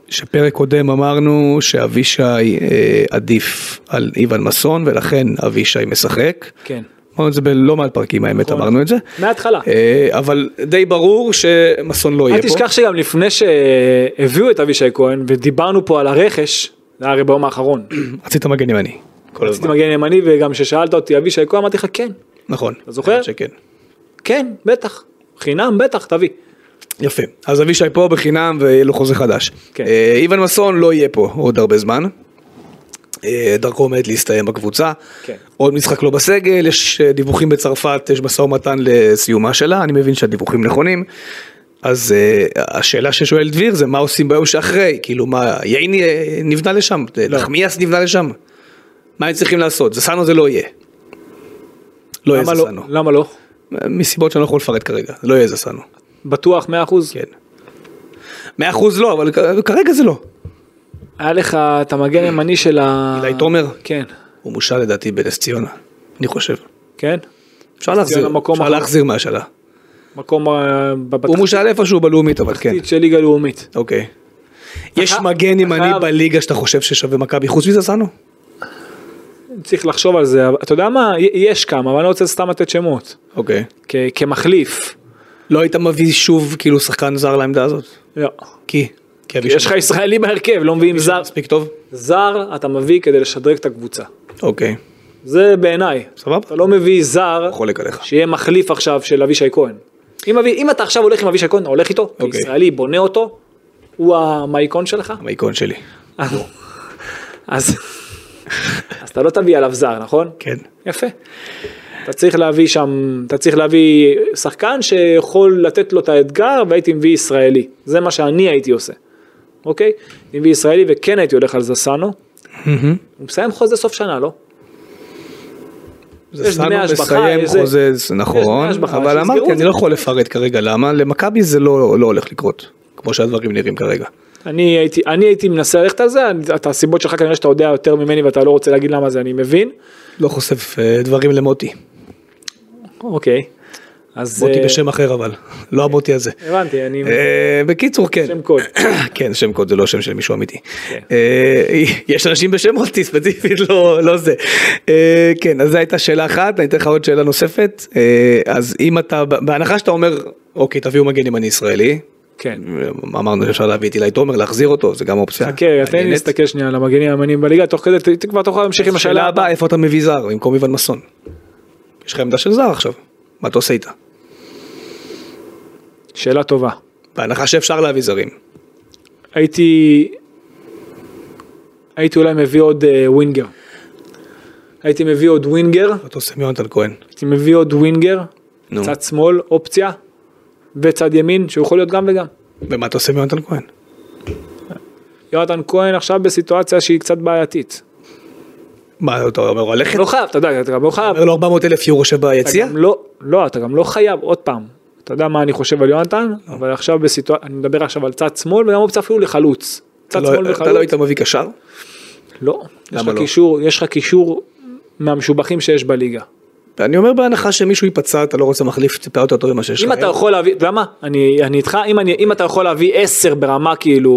S2: שפרק קודם אמרנו שאבישי אה, עדיף על איוון מסון ולכן אבישי משחק.
S3: כן.
S2: אמרנו את זה בלא מעט פרקים האמת
S3: נכון.
S2: אמרנו את זה.
S3: מההתחלה.
S2: אה, אבל די ברור שמסון לא
S3: אל
S2: יהיה פה.
S3: תשכח שגם לפני שהביאו את אבישי כהן ודיברנו פה על הרכש, זה היה הרי ביום האחרון.
S2: רצית מגן ימני. כל
S3: רציתי
S2: הזמן.
S3: מגן ימני וגם כששאלת אותי אבישי כהן אמרתי לך כן,
S2: נכון.
S3: אתה זוכר?
S2: שכן.
S3: כן, בטח, חינם בטח, תביא.
S2: יפה. אז אבישי פה בחינם ויהיה לו חוזה חדש.
S3: כן.
S2: אה, איוון מסון לא יהיה פה עוד הרבה זמן. אה, דרכו עומד להסתיים בקבוצה.
S3: כן.
S2: עוד משחק לא בסגל, יש אה, דיווחים בצרפת, יש משא ומתן לסיומה שלה, אני מבין שהדיווחים נכונים. אז uh, השאלה ששואל דביר זה מה עושים ביום שאחרי, כאילו מה, ייני אה, נבנה לשם,
S3: לא.
S2: נחמיאס נבנה לשם, מה הם צריכים לעשות, זה סאנו זה לא יהיה. לא יהיה
S3: למה
S2: זה
S3: לא?
S2: סאנו,
S3: למה לא?
S2: מסיבות שאני לא יכול לפרט כרגע, זה לא יהיה זה סאנו,
S3: בטוח 100%?
S2: כן. מאה אחוז לא, אבל כ- כרגע זה לא.
S3: היה לך את המגן הימני של ה...
S2: אילי תומר?
S3: כן,
S2: הוא מושל לדעתי בנס ציונה, אני חושב.
S3: כן.
S2: אפשר להחזיר,
S3: מקום
S2: אפשר
S3: אחרון.
S2: להחזיר מהשאלה.
S3: מקום אה, בבת-
S2: הוא מושל איפשהו בלאומית, אבל כן.
S3: בתחתית של ליגה לאומית.
S2: אוקיי. יש
S3: אתה-
S2: מגן ימני
S3: חייב-
S2: בליגה שאתה חושב ששווה מכבי חוץ מזה סאנו?
S3: צריך לחשוב על זה, אבל אתה יודע מה? י- יש כמה, אבל אני לא רוצה סתם לתת שמות.
S2: אוקיי.
S3: כ- כמחליף.
S2: לא היית מביא שוב כאילו שחקן זר לעמדה הזאת?
S3: לא.
S2: כי? כי אבישי
S3: יש לך ישראלי בהרכב, לא מביאים זר.
S2: מספיק טוב?
S3: זר אתה מביא כדי לשדרג את הקבוצה.
S2: אוקיי.
S3: זה בעיניי.
S2: סבבה.
S3: אתה לא מביא זר,
S2: חולק עליך.
S3: שיהיה מחליף עכשיו של אבישי כהן. אם, אבי, אם אתה עכשיו הולך עם אבישי כהן, אתה הולך איתו,
S2: אוקיי.
S3: ישראלי, בונה אותו, הוא המייקון שלך,
S2: המייקון שלי. לא.
S3: אז, אה, אז, אז אתה לא תביא עליו זר, נכון?
S2: כן.
S3: יפה. אתה צריך להביא שם, אתה צריך להביא שחקן שיכול לתת לו את האתגר והייתי מביא ישראלי, זה מה שאני הייתי עושה, אוקיי? הייתי מביא ישראלי וכן הייתי הולך על זסנו, הוא מסיים חוזה סוף שנה, לא?
S2: זה
S3: יש דמי
S2: סנו
S3: השבחה,
S2: מסיים
S3: איזה-
S2: חוזה, זה נכון,
S3: יש דמי השבחה,
S2: אבל
S3: שיסגרו
S2: אמרתי,
S3: את
S2: אני
S3: זה.
S2: לא יכול לפרט כרגע למה, למכבי זה לא לא הולך לקרות, כמו שהדברים נראים כרגע.
S3: אני הייתי, אני הייתי מנסה ללכת על זה, אני- את הסיבות שלך כנראה שאתה יודע יותר ממני ואתה לא רוצה להגיד למה זה אני מבין,
S2: לא חושף אה, דברים למוטי,
S3: אוקיי. אז...
S2: מוטי
S3: אה,
S2: בשם אחר אבל, לא המוטי הזה.
S3: הבנתי, אני...
S2: אה, בקיצור כן,
S3: שם קוד.
S2: כן שם קוד זה לא שם של מישהו אמיתי,
S3: כן.
S2: אה, יש אנשים בשם מוטי ספציפית לא לא זה, אה, כן אז זו הייתה שאלה אחת, אני אתן לך עוד שאלה נוספת, אה, אז אם אתה, בהנחה שאתה אומר אוקיי תביאו מגן ימני ישראלי,
S3: כן.
S2: אמרנו שאפשר להביא את אילי תומר להחזיר אותו זה גם אופציה,
S3: חכה, תן לי
S2: מעניינת.
S3: להסתכל שנייה על המגנים הימניים בליגה, תוך כדי, ת- כבר תוכל להמשיך עם השאלה
S2: השאלה הבאה
S3: הבאה.
S2: איפה אתה מביא זר במקום איוון מסון. יש לך עמדה של זר עכשיו, מה אתה עושה איתה?
S3: שאלה טובה.
S2: בהנחה שאפשר להביא זרים.
S3: הייתי... הייתי אולי מביא עוד אה, ווינגר. הייתי מביא עוד ווינגר,
S2: מה אתה עושה עם יונתן כהן?
S3: הייתי מביא עוד ווינגר,
S2: נו.
S3: צד שמאל, אופציה, וצד ימין, שהוא יכול להיות גם וגם.
S2: ומה אתה עושה עם יונתן כהן?
S3: יונתן כהן עכשיו בסיטואציה שהיא קצת בעייתית.
S2: מה אתה אומר ללכת?
S3: לא חייב, אתה יודע, אתה גם לא חייב.
S2: אומר לו 400 אלף יורו
S3: אתה
S2: שביציע?
S3: גם לא, לא, אתה גם לא חייב, עוד פעם. אתה יודע מה אני חושב על יונתן,
S2: לא.
S3: אבל עכשיו בסיטואציה, אני מדבר עכשיו על צד שמאל וגם אופציה אפילו לחלוץ.
S2: אתה
S3: צד
S2: לא-
S3: שמאל
S2: אתה לא
S3: וחלוץ.
S2: היית מביא קשר?
S3: לא, יש
S2: למה
S3: לך
S2: לא?
S3: קישור, יש לך קישור מהמשובחים שיש בליגה.
S2: אני אומר בהנחה שמישהו ייפצע אתה לא רוצה מחליף טיפה יותר טוב ממה שיש לך.
S3: אם אתה
S2: היום.
S3: יכול להביא, אתה יודע מה? אני אני איתך, אם אני- אם אתה יכול להביא 10 ברמה כאילו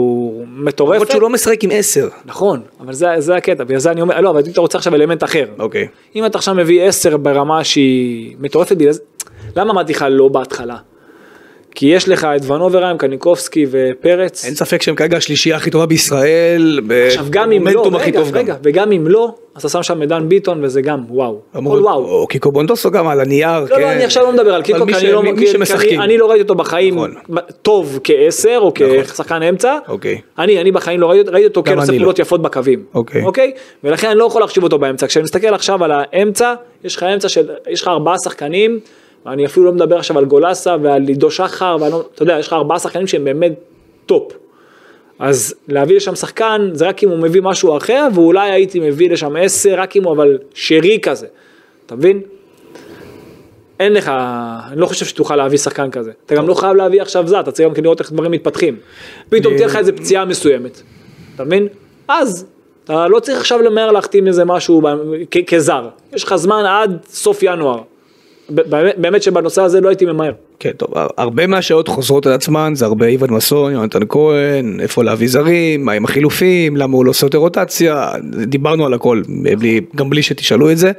S3: מטורפת,
S2: למרות שהוא לא משחק עם 10.
S3: נכון, אבל זה- זה הקטע, בגלל זה אני אומר, לא, אבל אם אתה רוצה עכשיו אלמנט אחר,
S2: אוקיי.
S3: אם אתה עכשיו מביא 10 ברמה שהיא מטורפת, בגלל זה, למה אמרתי לך לא בהתחלה? כי יש לך את ונוברהיים, קניקובסקי ופרץ.
S2: אין ספק שהם כרגע השלישייה הכי טובה בישראל.
S3: עכשיו גם אם לא,
S2: במומנטום הכי
S3: רגע,
S2: טוב גם.
S3: רגע, וגם אם לא, אז אתה שם שם את דן ביטון וזה גם וואו.
S2: אמרו,
S3: כל וואו.
S2: או קיקו בונדוסו גם על הנייר.
S3: לא,
S2: כן.
S3: לא, אני עכשיו לא מדבר על קיקו,
S2: מי
S3: כי
S2: ש-
S3: אני לא-
S2: מי- מי
S3: כי- כי
S2: שמשחקים.
S3: אני- אני לא ראיתי אותו בחיים
S2: נכון.
S3: טוב כעשר או כשחקן אמצע.
S2: אוקיי.
S3: אני, אני בחיים לא ראיתי ראיתי אותו כן
S2: גם
S3: עושה
S2: אני לא.
S3: פעולות יפות בקווים.
S2: אוקיי.
S3: אוקיי? ולכן אני לא יכול להחשיב אותו באמצע. כשאני מסתכל עכשיו על האמצע, יש לך אמצע של, יש לך ארבעה שחקנים, ואני אפילו לא מדבר עכשיו על גולסה ועל עידו שחר, ואני לא- אתה יודע, יש לך ארבעה שחקנים שהם באמת טופ. אז להביא לשם שחקן זה רק אם הוא מביא משהו אחר, ואולי הייתי מביא לשם עשר, רק אם הוא אבל שרי כזה. אתה מבין? אין לך, אני לא חושב שתוכל להביא שחקן כזה. אתה גם לא חייב להביא עכשיו זר, אתה צריך גם כן לראות איך דברים מתפתחים. פתאום תהיה לך איזה פציעה מסוימת. אתה מבין? אז, אתה לא צריך עכשיו למהר להחתים איזה משהו ב- כ- כזר. יש לך זמן עד סוף ינואר. ב- באמת- באמת שבנושא הזה לא הייתי ממהר.
S2: כן, טוב, הר- הרבה מהשעות חוזרות על עצמן, זה הרבה איוון מסון, יונתן כהן, איפה להביא זרים, מה עם החילופים, למה הוא לא עושה יותר רוטציה, דיברנו על הכל, בלי, גם בלי שתשאלו את זה.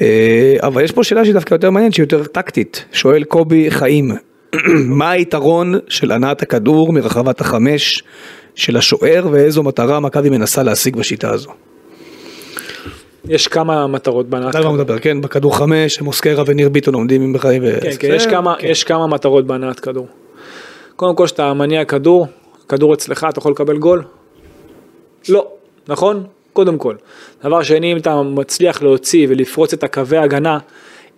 S2: אה, אבל יש פה שאלה שהיא דווקא יותר מעניינת, שהיא יותר טקטית. שואל קובי חיים, מה היתרון של הנעת הכדור מרחבת החמש של השוער, ואיזו מטרה מכבי מנסה להשיג בשיטה הזו?
S3: יש כמה מטרות בהנעת
S2: על מה
S3: כדור.
S2: מדבר, כן? בכדור חמש, מוסקרה וניר ביטון עומדים עם בחיים. ו-
S3: כן, כן, יש כמה- יש כמה מטרות בהנעת כדור. קודם כל, כשאתה מניע כדור, כדור אצלך, אתה יכול לקבל גול? לא, נכון? קודם כל. דבר שני, אם אתה מצליח להוציא ולפרוץ את הקווי ההגנה,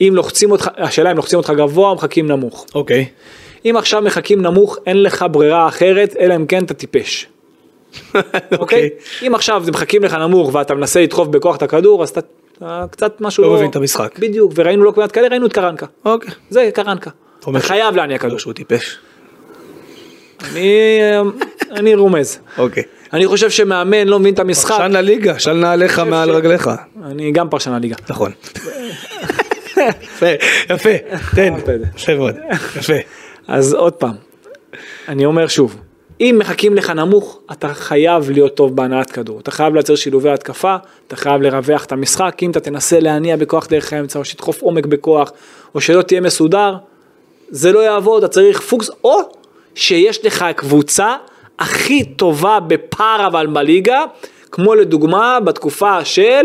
S3: אם לוחצים אותך, השאלה אם לוחצים אותך גבוה או מחכים נמוך.
S2: אוקיי.
S3: אם עכשיו מחכים נמוך, אין לך ברירה אחרת, אלא אם כן אתה טיפש. אוקיי? אם עכשיו זה מחכים לך נמוך ואתה מנסה לדחוף בכוח את הכדור, אז אתה אתה קצת משהו...
S2: לא מבין את המשחק.
S3: בדיוק, וראינו לא כמעט כאלה, ראינו את קרנקה.
S2: אוקיי.
S3: זה קרנקה.
S2: אומר
S3: אתה
S2: ש-
S3: חייב להניע כדור.
S2: לא, שהוא טיפש.
S3: אני, אה, אני רומז.
S2: אוקיי.
S3: אני חושב שמאמן לא מבין את המשחק.
S2: שן לליגה, של נעליך מעל רגליך.
S3: אני גם פרשן הליגה.
S2: נכון. יפה, יפה, תן,
S3: אמרת את זה.
S2: יפה מאוד, יפה.
S3: אז עוד פעם, אני אומר שוב, אם מחכים לך נמוך, אתה חייב להיות טוב בהנעת כדור. אתה חייב לייצר שילובי התקפה, אתה חייב לרווח את המשחק, אם אתה תנסה להניע בכוח דרך האמצע, או שתדחוף עומק בכוח, או שלא תהיה מסודר, זה לא יעבוד, אתה צריך פוקס, או שיש לך קבוצה הכי טובה בפער אבל בליגה, כמו לדוגמה בתקופה של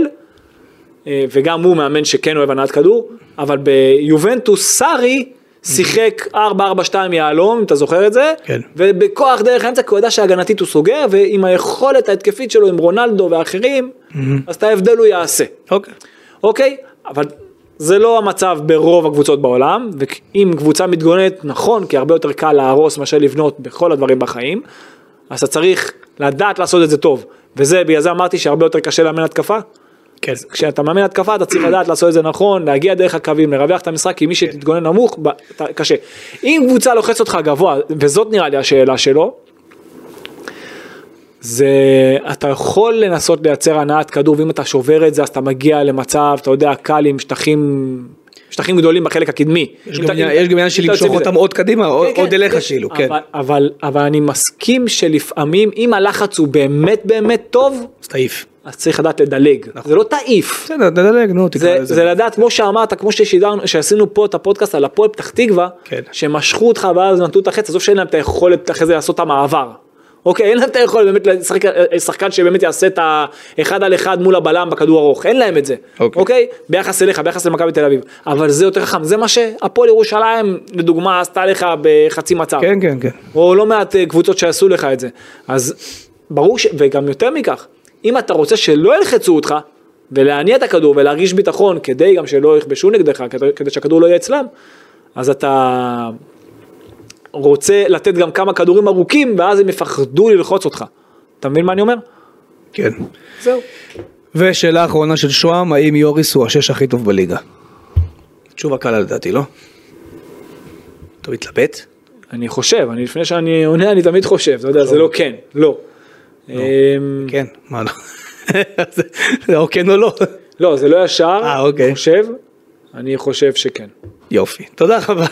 S3: אה, וגם הוא מאמן שכן אוהב הנעת כדור, אבל ביובנטוס סארי שיחק 4-4-2 יהלום, אם אתה זוכר את זה,
S2: כן.
S3: ובכוח דרך האמצע, כי הוא ידע שהגנתית הוא סוגר, ועם היכולת ההתקפית שלו עם רונלדו ואחרים, אז את ההבדל הוא יעשה.
S2: אוקיי.
S3: אוקיי? אבל זה לא המצב ברוב הקבוצות בעולם, ואם קבוצה מתגוננת, נכון, כי הרבה יותר קל להרוס מאשר לבנות בכל הדברים בחיים, אז אתה צריך לדעת לעשות את זה טוב. וזה, בגלל זה אמרתי שהרבה יותר קשה לאמן התקפה.
S2: כן.
S3: כשאתה מאמן התקפה אתה צריך לדעת לעשות את זה נכון, להגיע דרך הקווים, לרווח את המשחק, כי מי שתתגונן נמוך, ב- אתה- קשה. אם קבוצה לוחצת אותך גבוה, וזאת נראה לי השאלה שלו, זה אתה יכול לנסות לייצר הנעת כדור ואם אתה שובר את זה אז אתה מגיע למצב אתה יודע קל עם שטחים שטחים גדולים בחלק הקדמי.
S2: יש
S3: אם
S2: גם
S3: אתה-
S2: עניין-
S3: אם-
S2: יש גם עניין
S3: אם
S2: של
S3: אתה
S2: למשוך
S3: יוצא מזה.
S2: אותם עוד קדימה, עוד
S3: כן,
S2: עוד אליך
S3: כן,
S2: כאילו, כן.
S3: אבל- אבל אבל אני מסכים שלפעמים אם הלחץ הוא באמת באמת טוב
S2: אז תעיף.
S3: אז צריך לדעת לדלג זה לא תעיף.
S2: בסדר, תדלג, נו, תקרא
S3: זה,
S2: נכון. לזה.
S3: זה לדעת כמו שאמרת כמו ששידרנו שעשינו פה את הפודקאסט על הפועל פתח תקווה
S2: כן.
S3: שמשכו אותך ואז נתנו את החץ עזוב שאין להם את היכולת אחרי זה לעשות את המעבר. אוקיי אין להם את היכולת באמת לשחק שחקן שבאמת יעשה את האחד על אחד מול הבלם בכדור ארוך אין להם את זה
S2: אוקיי.
S3: אוקיי ביחס אליך ביחס למכבי תל אביב אבל זה יותר חכם זה מה שהפועל ירושלים לדוגמה עשתה לך בחצי מצב.
S2: כן, כן, כן.
S3: או לא מעט אה, קבוצות שעשו לך את זה. אז ברור ש... וגם יותר מכך, אם אתה רוצה שלא ילחצו אותך, ולהניע את הכדור ולהרגיש ביטחון, כדי גם שלא יכבשו נגדך, כדי- כדי שהכדור לא יהיה אצלם, אז אתה רוצה לתת גם כמה כדורים ארוכים, ואז הם יפחדו ללחוץ אותך. אתה מבין מה אני אומר?
S2: כן.
S3: זהו.
S2: ושאלה אחרונה של שוהם, האם יוריס הוא השש הכי טוב בליגה? תשובה קלה לדעתי, לא? אתה מתלבט?
S3: אני חושב, אני לפני שאני עונה, אני תמיד חושב, אתה יודע, זה לא כן, לא. אמ,
S2: כן, מה לא? זה- זה או כן או לא.
S3: לא, זה לא ישר,
S2: אה,
S3: אני
S2: אוקיי.
S3: חושב, אני חושב שכן.
S2: יופי, תודה רבה.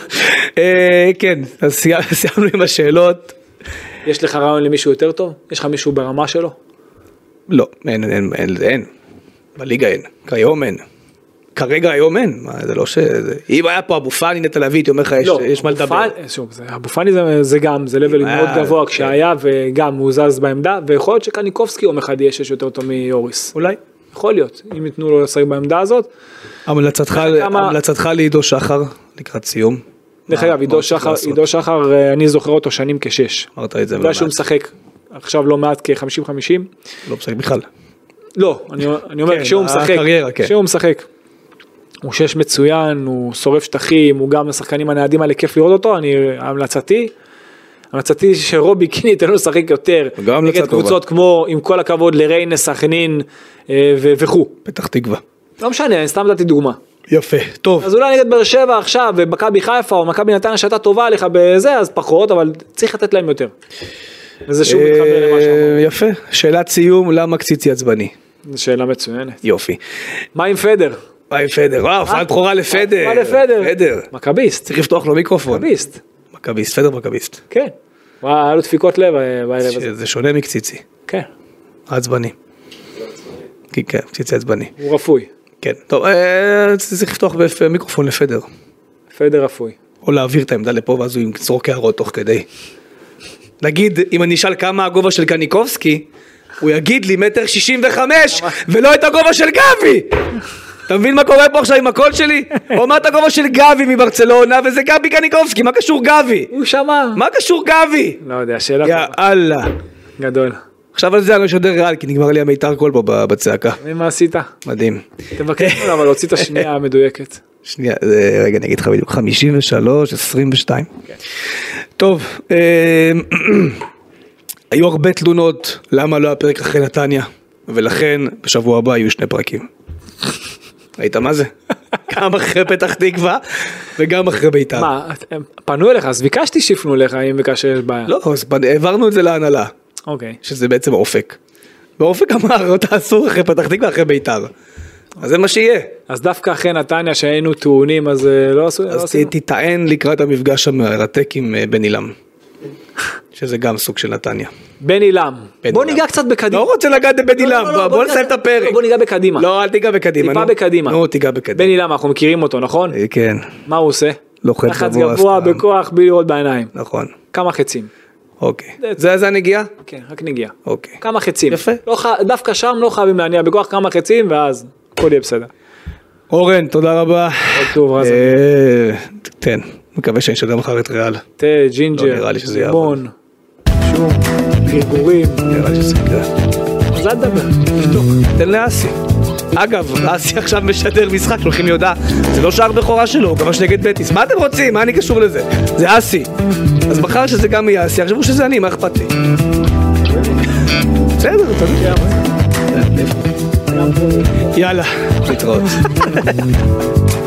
S2: אה, כן, אז סיימ- סיימנו עם השאלות.
S3: יש לך רעיון למישהו יותר טוב? יש לך מישהו ברמה שלו?
S2: לא, אין, אין, אין, אין. בליגה אין, כיום אין. כרגע היום אין, מה, זה לא ש... זה- אם היה פה אבו פאני נטע לביא, הייתי אומר לך, יש- יש מה
S3: לא, אבו
S2: לדבר.
S3: פאני- שוב, זה- אבו פאני זה- זה גם, זה לבל
S2: אה,
S3: מאוד גבוה
S2: אוקיי.
S3: כשהיה וגם הוא זז בעמדה, ויכול להיות שקניקובסקי יום אחד יהיה שיש יותר טוב מיוריס.
S2: אולי.
S3: יכול להיות, אם ייתנו לו לשחק בעמדה הזאת.
S2: המלצתך ל-
S3: כמה-
S2: המלצתך לעידו שחר, לקראת סיום.
S3: דרך
S2: מה-
S3: אגב,
S2: מה
S3: עידו
S2: הוא צריך
S3: שחר,
S2: לעשות?
S3: עידו שחר, אה, אני זוכר אותו שנים כשש.
S2: אמרת את זה
S3: אתה
S2: לא
S3: יודע שהוא
S2: מעט.
S3: משחק עכשיו לא מעט כ-50-50.
S2: לא משחק בכלל.
S3: לא, אני, אני אומר,
S2: כן,
S3: כשהוא משחק,
S2: הקריירה, כן.
S3: כשהוא משחק, הוא שש מצוין, הוא שורף שטחים, הוא גם לשחקנים הניידים האלה כיף לראות אותו, אני, המלצתי, המלצתי שרובי קין ייתן לו לשחק יותר,
S2: גם המלצה
S3: נגד
S2: טובה.
S3: קבוצות כמו, עם כל הכבוד, לריינה, סכנין אה, ו- וכו',
S2: פתח תקווה.
S3: לא משנה, אני סתם נתתי דוגמה.
S2: יפה, טוב.
S3: אז אולי נגד באר שבע עכשיו, ומכבי חיפה, או מכבי נתניה שהייתה טובה עליך בזה, אז פחות, אבל צריך לתת להם יותר. וזה שוב מתחבר למה שאמרת,
S2: אה, יפה, שאלת סיום, למה קציצי עצבני?
S3: זו שאלה מצוינת.
S2: יופי.
S3: מה עם פדר?
S2: מה עם פדר? וואו, הופעת בכורה לפדר.
S3: אה, מה לפדר?
S2: פדר.
S3: מכביסט.
S2: צריך לפתוח לו מיקרופון.
S3: מכביסט,
S2: מכביסט, פדר מכביסט.
S3: כן. וואי, היה לו דפיקות לב אה, בערב הזה.
S2: זה שונה מקציצי,
S3: כן,
S2: עצבני.
S3: לא
S2: כן, כן, קציצי עצבני.
S3: הוא רפוי.
S2: כן. טוב, אה, צריך לפתוח בפ- מיקרופון לפדר.
S3: פדר רפוי.
S2: או להעביר את העמדה לפה ואז הוא יצרוק הערות תוך כדי. נגיד, אם אני אשאל כמה הגובה של קניקובסקי, הוא יגיד לי מטר שישים וחמש, ולא את הגובה של גבי! אתה מבין מה קורה פה עכשיו עם הקול שלי? הוא אמר את הגובה של גבי מברצלונה, וזה גבי קניקובסקי, מה קשור גבי?
S3: הוא שמע.
S2: מה קשור גבי?
S3: לא יודע, שאלה
S2: יא
S3: טובה.
S2: אללה.
S3: גדול.
S2: עכשיו על זה אני לא אשדר ריאל, כי נגמר לי המיתר קול פה ב- בצעקה.
S3: מה עשית?
S2: מדהים.
S3: תבקש ממנו, אבל להוציא את השנייה המדויקת.
S2: שנייה, אה, רגע, אני אגיד לך בדיוק, 53, 22. טוב, אה, היו הרבה תלונות למה לא היה פרק אחרי נתניה, ולכן בשבוע הבא יהיו שני פרקים. ראית מה זה? גם אחרי פתח תקווה וגם אחרי בית"ר.
S3: מה, את- הם פנו אליך, אז ביקשתי שיפנו אליך אם וכאשר יש בעיה.
S2: לא, אז פנ- העברנו את זה להנהלה,
S3: אוקיי.
S2: שזה בעצם אופק. ואופק אמר, לא תעשו אחרי פתח תקווה, אחרי בית"ר. אז זה מה שיהיה.
S3: אז דווקא אחרי נתניה שהיינו טעונים, אז אה, לא עשו... לא
S2: אז
S3: עשינו.
S2: ת- תטען לקראת המפגש המרתק עם אה, בן עילם, שזה גם סוג של נתניה.
S3: בן עילם.
S2: בן
S3: בוא
S2: עילם.
S3: ניגע קצת בקדימה.
S2: לא רוצה לגעת בבן
S3: לא,
S2: עילם,
S3: לא,
S2: בוא-
S3: לא,
S2: בוא
S3: ניגע-
S2: נסיים את
S3: לא,
S2: הפרק.
S3: בוא ניגע בקדימה.
S2: לא, אל תיגע בקדימה.
S3: טיפה
S2: נו.
S3: בקדימה.
S2: נו, תיגע
S3: בן
S2: בקדימה.
S3: עילם, אנחנו מכירים אותו, נכון?
S2: אה, כן,
S3: מה הוא עושה?
S2: לוחץ
S3: לחץ
S2: גבוה,
S3: גבוה
S2: סתם.
S3: בכוח בלי לראות בעיניים.
S2: נכון,
S3: כמה חצים.
S2: אוקיי. זה זה הנגיעה?
S3: כן, רק נגיעה.
S2: אוקיי.
S3: כמה חצים.
S2: יפה.
S3: לא ח... דווקא שם לא חייבים להניע בכוח כמה חצים, ואז הכל יהיה בסדר.
S2: אורן, תודה רבה.
S3: כל טוב, רז.
S2: אה, תן, מקווה שאני אשדר מחר את ריאל.
S3: תה, ג'ינג'ר,
S2: לא נראה לי שזה יעבוד.
S3: לימון, שום, גרגורים,
S2: נראה לי שזה יקרה.
S3: אז אל תדבר, תשתוק.
S2: תן לאסי. אגב, אסי עכשיו משדר משחק, שולחים לי הודעה, זה לא שער בכורה שלו, הוא כבש נגד בטיס, מה אתם רוצים? מה אני קשור לזה? זה אסי. אז מחר שזה גם יהיה אסי, יחשבו שזה אני, מה אכפת לי? בסדר, אתה יודע. יאללה, להתראות.